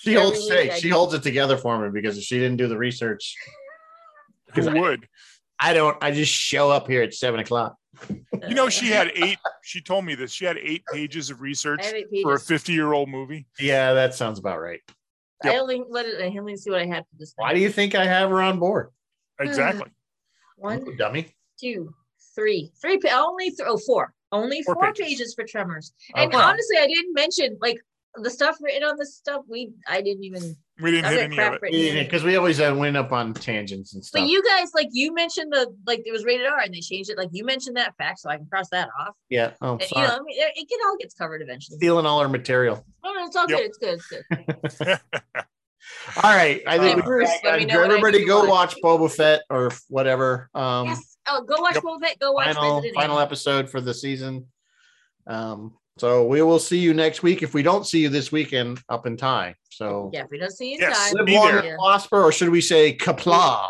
She
Every
holds
week
hey,
I
she
do.
holds it together for me because if she didn't do the research,
Who would?
I don't. I just show up here at seven o'clock.
You know, she had eight. She told me this. She had eight pages of research
I have eight
for a
pages.
fifty-year-old movie.
Yeah, that sounds about right.
yep.
I only let it. I only see what I had for this.
Why
thing.
do you think I have her on board,
Hmm.
Exactly.
One,
dummy?
two, three, three. Pa- only th- oh, four. Only
Four
four,
pages.
pages. for Tremors. And
Okay.
honestly, I didn't mention like the stuff written on this stuff. We I didn't even.
We didn't
I
hit
got
any of
crap
it.
written. in it.
Because we always uh, wind up on tangents and
But
stuff.
you guys, like you mentioned the like it was rated R and they changed it. Like you mentioned that fact, so I can cross that off.
yeah. Oh,
And, you
sorry.
know, I mean, it, it all gets covered eventually.
Stealing all our material.
No, no, it's all
Yep.
good. It's good. It's good.
All right, I think
Hey,
we-
Bruce, let me know what I
everybody
need to
go watch.
watch.
Boba Fett or whatever. Um,
yes. Oh, go watch
Yep.
Boba Fett. Go watch
final
Resident
final
Evil.
episode for the season. Um, so we will see you next week. If we don't see you this weekend, up in time. So
Yeah, if we don't see you in
Yes.
time.
live
Be
long
there.
and prosper, or should we say kapla?